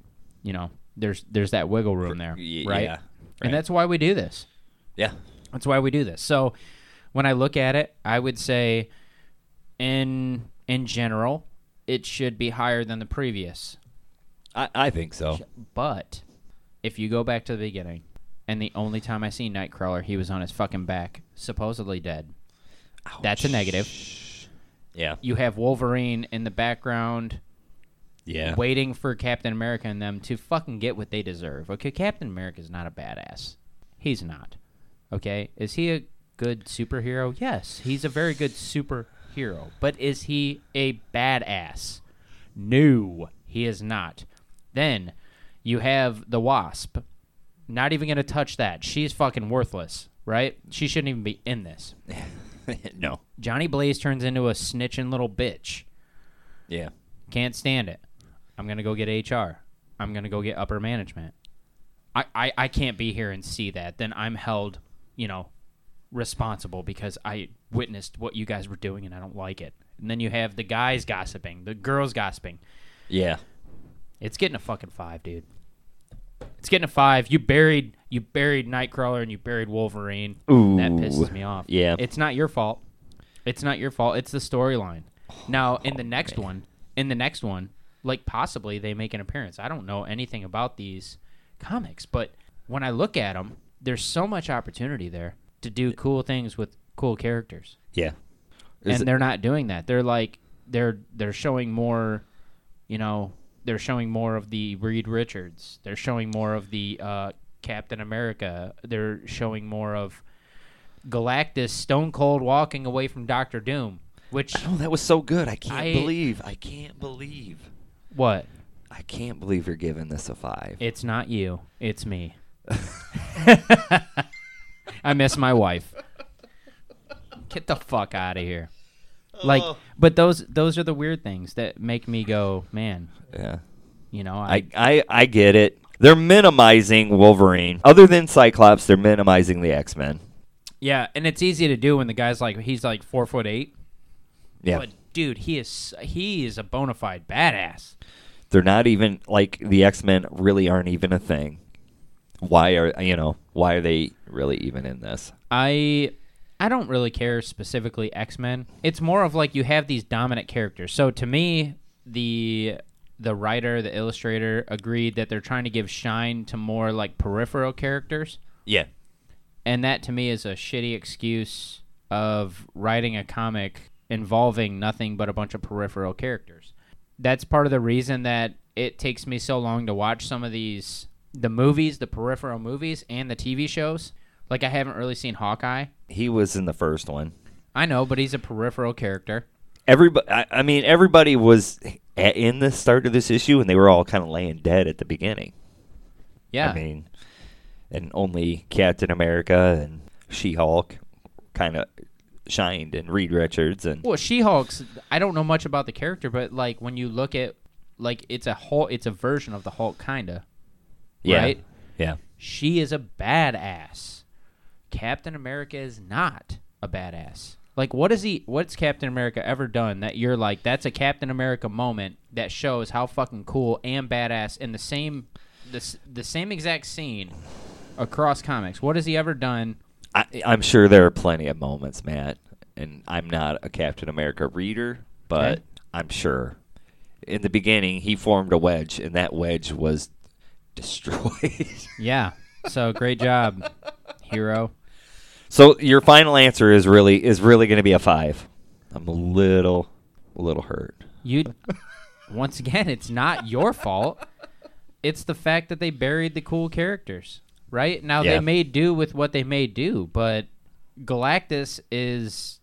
C: you know, there's there's that wiggle room there.
B: Y-
C: right?
B: yeah, right.
C: And that's why we do this.
B: Yeah,
C: That's why we do this. So when I look at it, I would say in in general, it should be higher than the previous.
B: I, I think so.
C: But if you go back to the beginning, and the only time I see Nightcrawler, he was on his fucking back, supposedly dead. That's a negative.
B: Yeah,
C: You have Wolverine in the background
B: yeah.
C: waiting for Captain America and them to fucking get what they deserve. Okay, Captain America's not a badass. He's not. Okay? Is he a good superhero? Yes, he's a very good superhero. But is he a badass? No, he is not. Then you have the Wasp. Not even going to touch that. She's fucking worthless, right? She shouldn't even be in this.
B: no.
C: Johnny Blaze turns into a snitching little bitch.
B: Yeah,
C: Can't stand it. I'm gonna go get HR. I'm gonna go get upper management. I, I, I can't be here and see that. Then I'm held, you know, responsible because I witnessed what you guys were doing and I don't like it. And then you have the guys gossiping, the girls gossiping.
B: yeah.
C: It's getting a fucking five, dude. It's getting a five. You buried you buried Nightcrawler and you buried Wolverine. That
B: Ooh,
C: pisses me off.
B: yeah.
C: It's not your fault. It's not your fault. It's the storyline. Now in the next one in the next one, like possibly they make an appearance. I don't know anything about these comics, but when I look at them, there's so much opportunity there to do cool things with cool characters
B: Yeah. Is
C: and
B: it-
C: they're not doing that. They're like they're they're showing more, you know, they're showing more of the Reed Richards. They're showing more of the uh, Captain America. They're showing more of Galactus stone cold walking away from Doctor Doom, which
B: Oh, that was so good. I can't
C: I-
B: believe. I can't believe.
C: what?
B: I can't believe you're giving this a five.
C: It's not you, it's me. I miss my wife. Get the fuck out of here. Like
B: Oh.
C: but those those are the weird things that make me go, man,
B: yeah.
C: you know,
B: I, I, I get it. They're minimizing Wolverine. Other than Cyclops, they're minimizing the X Men.
C: Yeah, and it's easy to do when the guy's like he's like four foot eight.
B: Yeah.
C: But dude, he is he is a bona fide badass.
B: They're not even like the X Men really aren't even a thing. Why are you know, why are they really even in this?
C: I I don't really care specifically X Men. It's more of like you have these dominant characters. So to me, the the writer, the illustrator agreed that they're trying to give shine to more like peripheral characters.
B: Yeah.
C: And that to me is a shitty excuse of writing a comic involving nothing but a bunch of peripheral characters. That's part of the reason that it takes me so long to watch some of these the movies, the peripheral movies and the TV shows. Like I haven't really seen Hawkeye.
B: He was in the first one.
C: I know, but he's a peripheral character.
B: Everybody I, I mean everybody was a- in the start of this issue and they were all kind of laying dead at the beginning.
C: Yeah.
B: I mean and only Captain America and She Hulk kind of shined and Reed Richards and
C: well, She-Hulk's I don't know much about the character, but like when you look at like it's a whole it's a version of the Hulk kinda.
B: yeah.
C: Right?
B: Yeah.
C: she is a badass. Captain America is not a badass. Like, what is he? What's Captain America ever done that you're like, that's a Captain America moment that shows how fucking cool and badass in the same, the s the same exact scene across comics? What has he ever done?
B: I, I'm sure there are plenty of moments, Matt, and I'm not a Captain America reader, but
C: Okay.
B: I'm sure. In the beginning, he formed a wedge, and that wedge was destroyed.
C: Yeah. So great job, hero.
B: so your final answer is really is really going to be a five. I'm a little, a little hurt.
C: You once again, it's not your fault. It's the fact that they buried the cool characters, right? Now
B: Yeah.
C: they made do with what they made do, but Galactus is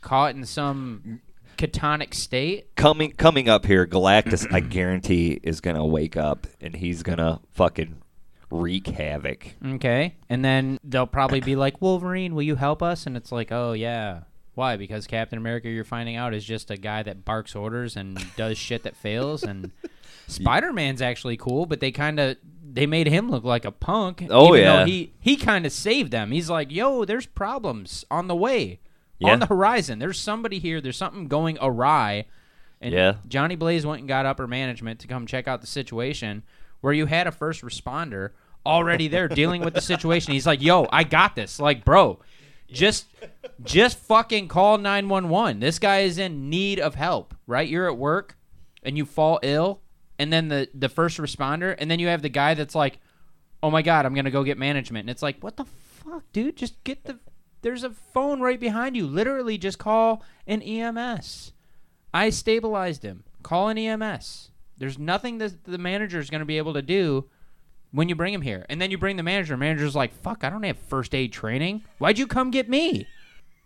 C: caught in some catonic state.
B: Coming coming up here, Galactus, I guarantee, is going to wake up and he's going to fucking wreak havoc.
C: Okay. And then they'll probably be like, Wolverine, will you help us? And it's like, oh, yeah. Why? Because Captain America, you're finding out, is just a guy that barks orders and does shit that fails. And Spider Man's actually cool, but they kind of. They made him look like a punk.
B: Oh,
C: even though
B: yeah.
C: He he kind of saved them. He's like, "Yo, there's problems on the way,
B: Yeah.
C: on the horizon. There's somebody here. There's something going awry." And
B: Yeah.
C: Johnny Blaze went and got upper management to come check out the situation where you had a first responder already there dealing with the situation. He's like, "Yo, I got this." Like, bro, just just fucking call 911. This guy is in need of help, right? You're at work and you fall ill and then the the first responder and then you have the guy that's like, "Oh my god, I'm going to go get management." And it's like, "What the fuck, dude? Just get the there's a phone right behind you. Literally just call an E EMS." I stabilized him. Call an EMS. There's nothing that the manager is going to be able to do when you bring him here. And then you bring the manager. Manager's like, "Fuck, I don't have first aid training. Why'd you come get me?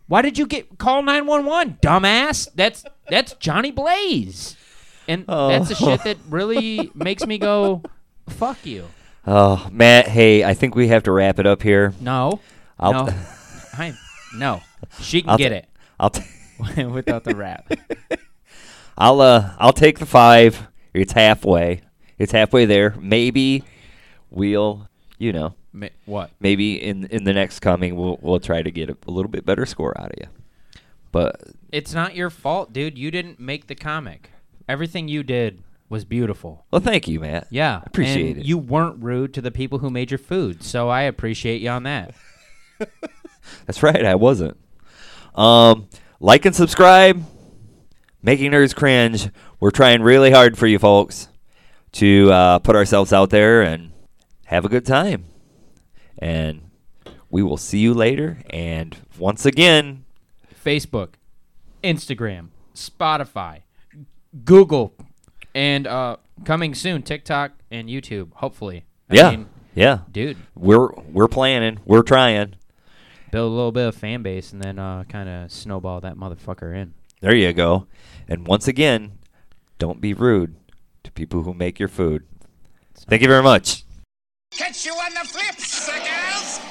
C: Why did you get call 911, dumbass? That's that's Johnny Blaze." And
B: Oh.
C: that's the shit that really makes me go, "Fuck you."
B: Oh, Matt, hey, I think we have to wrap it up here.
C: No.
B: I'll-
C: no. I no. She can
B: I'll
C: get
B: t-
C: it
B: I'll t-
C: without the rap.
B: I'll uh I'll take the five. It's halfway. It's halfway there. Maybe we'll you know
C: Ma- what?
B: maybe in in the next coming we'll we'll try to get a, a little bit better score out of you. But
C: It's not your fault, dude. You didn't make the comic. Everything you did was beautiful.
B: well, thank you, Matt.
C: Yeah.
B: appreciate
C: and
B: it.
C: You weren't rude to the people who made your food, so I appreciate you on that.
B: That's right. I wasn't. Um, like and subscribe. Making nerds cringe. We're trying really hard for you folks to uh, put ourselves out there and have a good time. And we will see you later. And once again,
C: Facebook, Instagram, Spotify, Google, and uh, coming soon, TikTok and YouTube, hopefully. I
B: yeah,
C: mean,
B: yeah,
C: dude,
B: we're we're planning, we're trying.
C: build a little bit of fan base and then uh, kind of snowball that motherfucker in.
B: There you go. And once again, don't be rude to people who make your food. Thank you very much.
G: Catch you on the flip, suckers!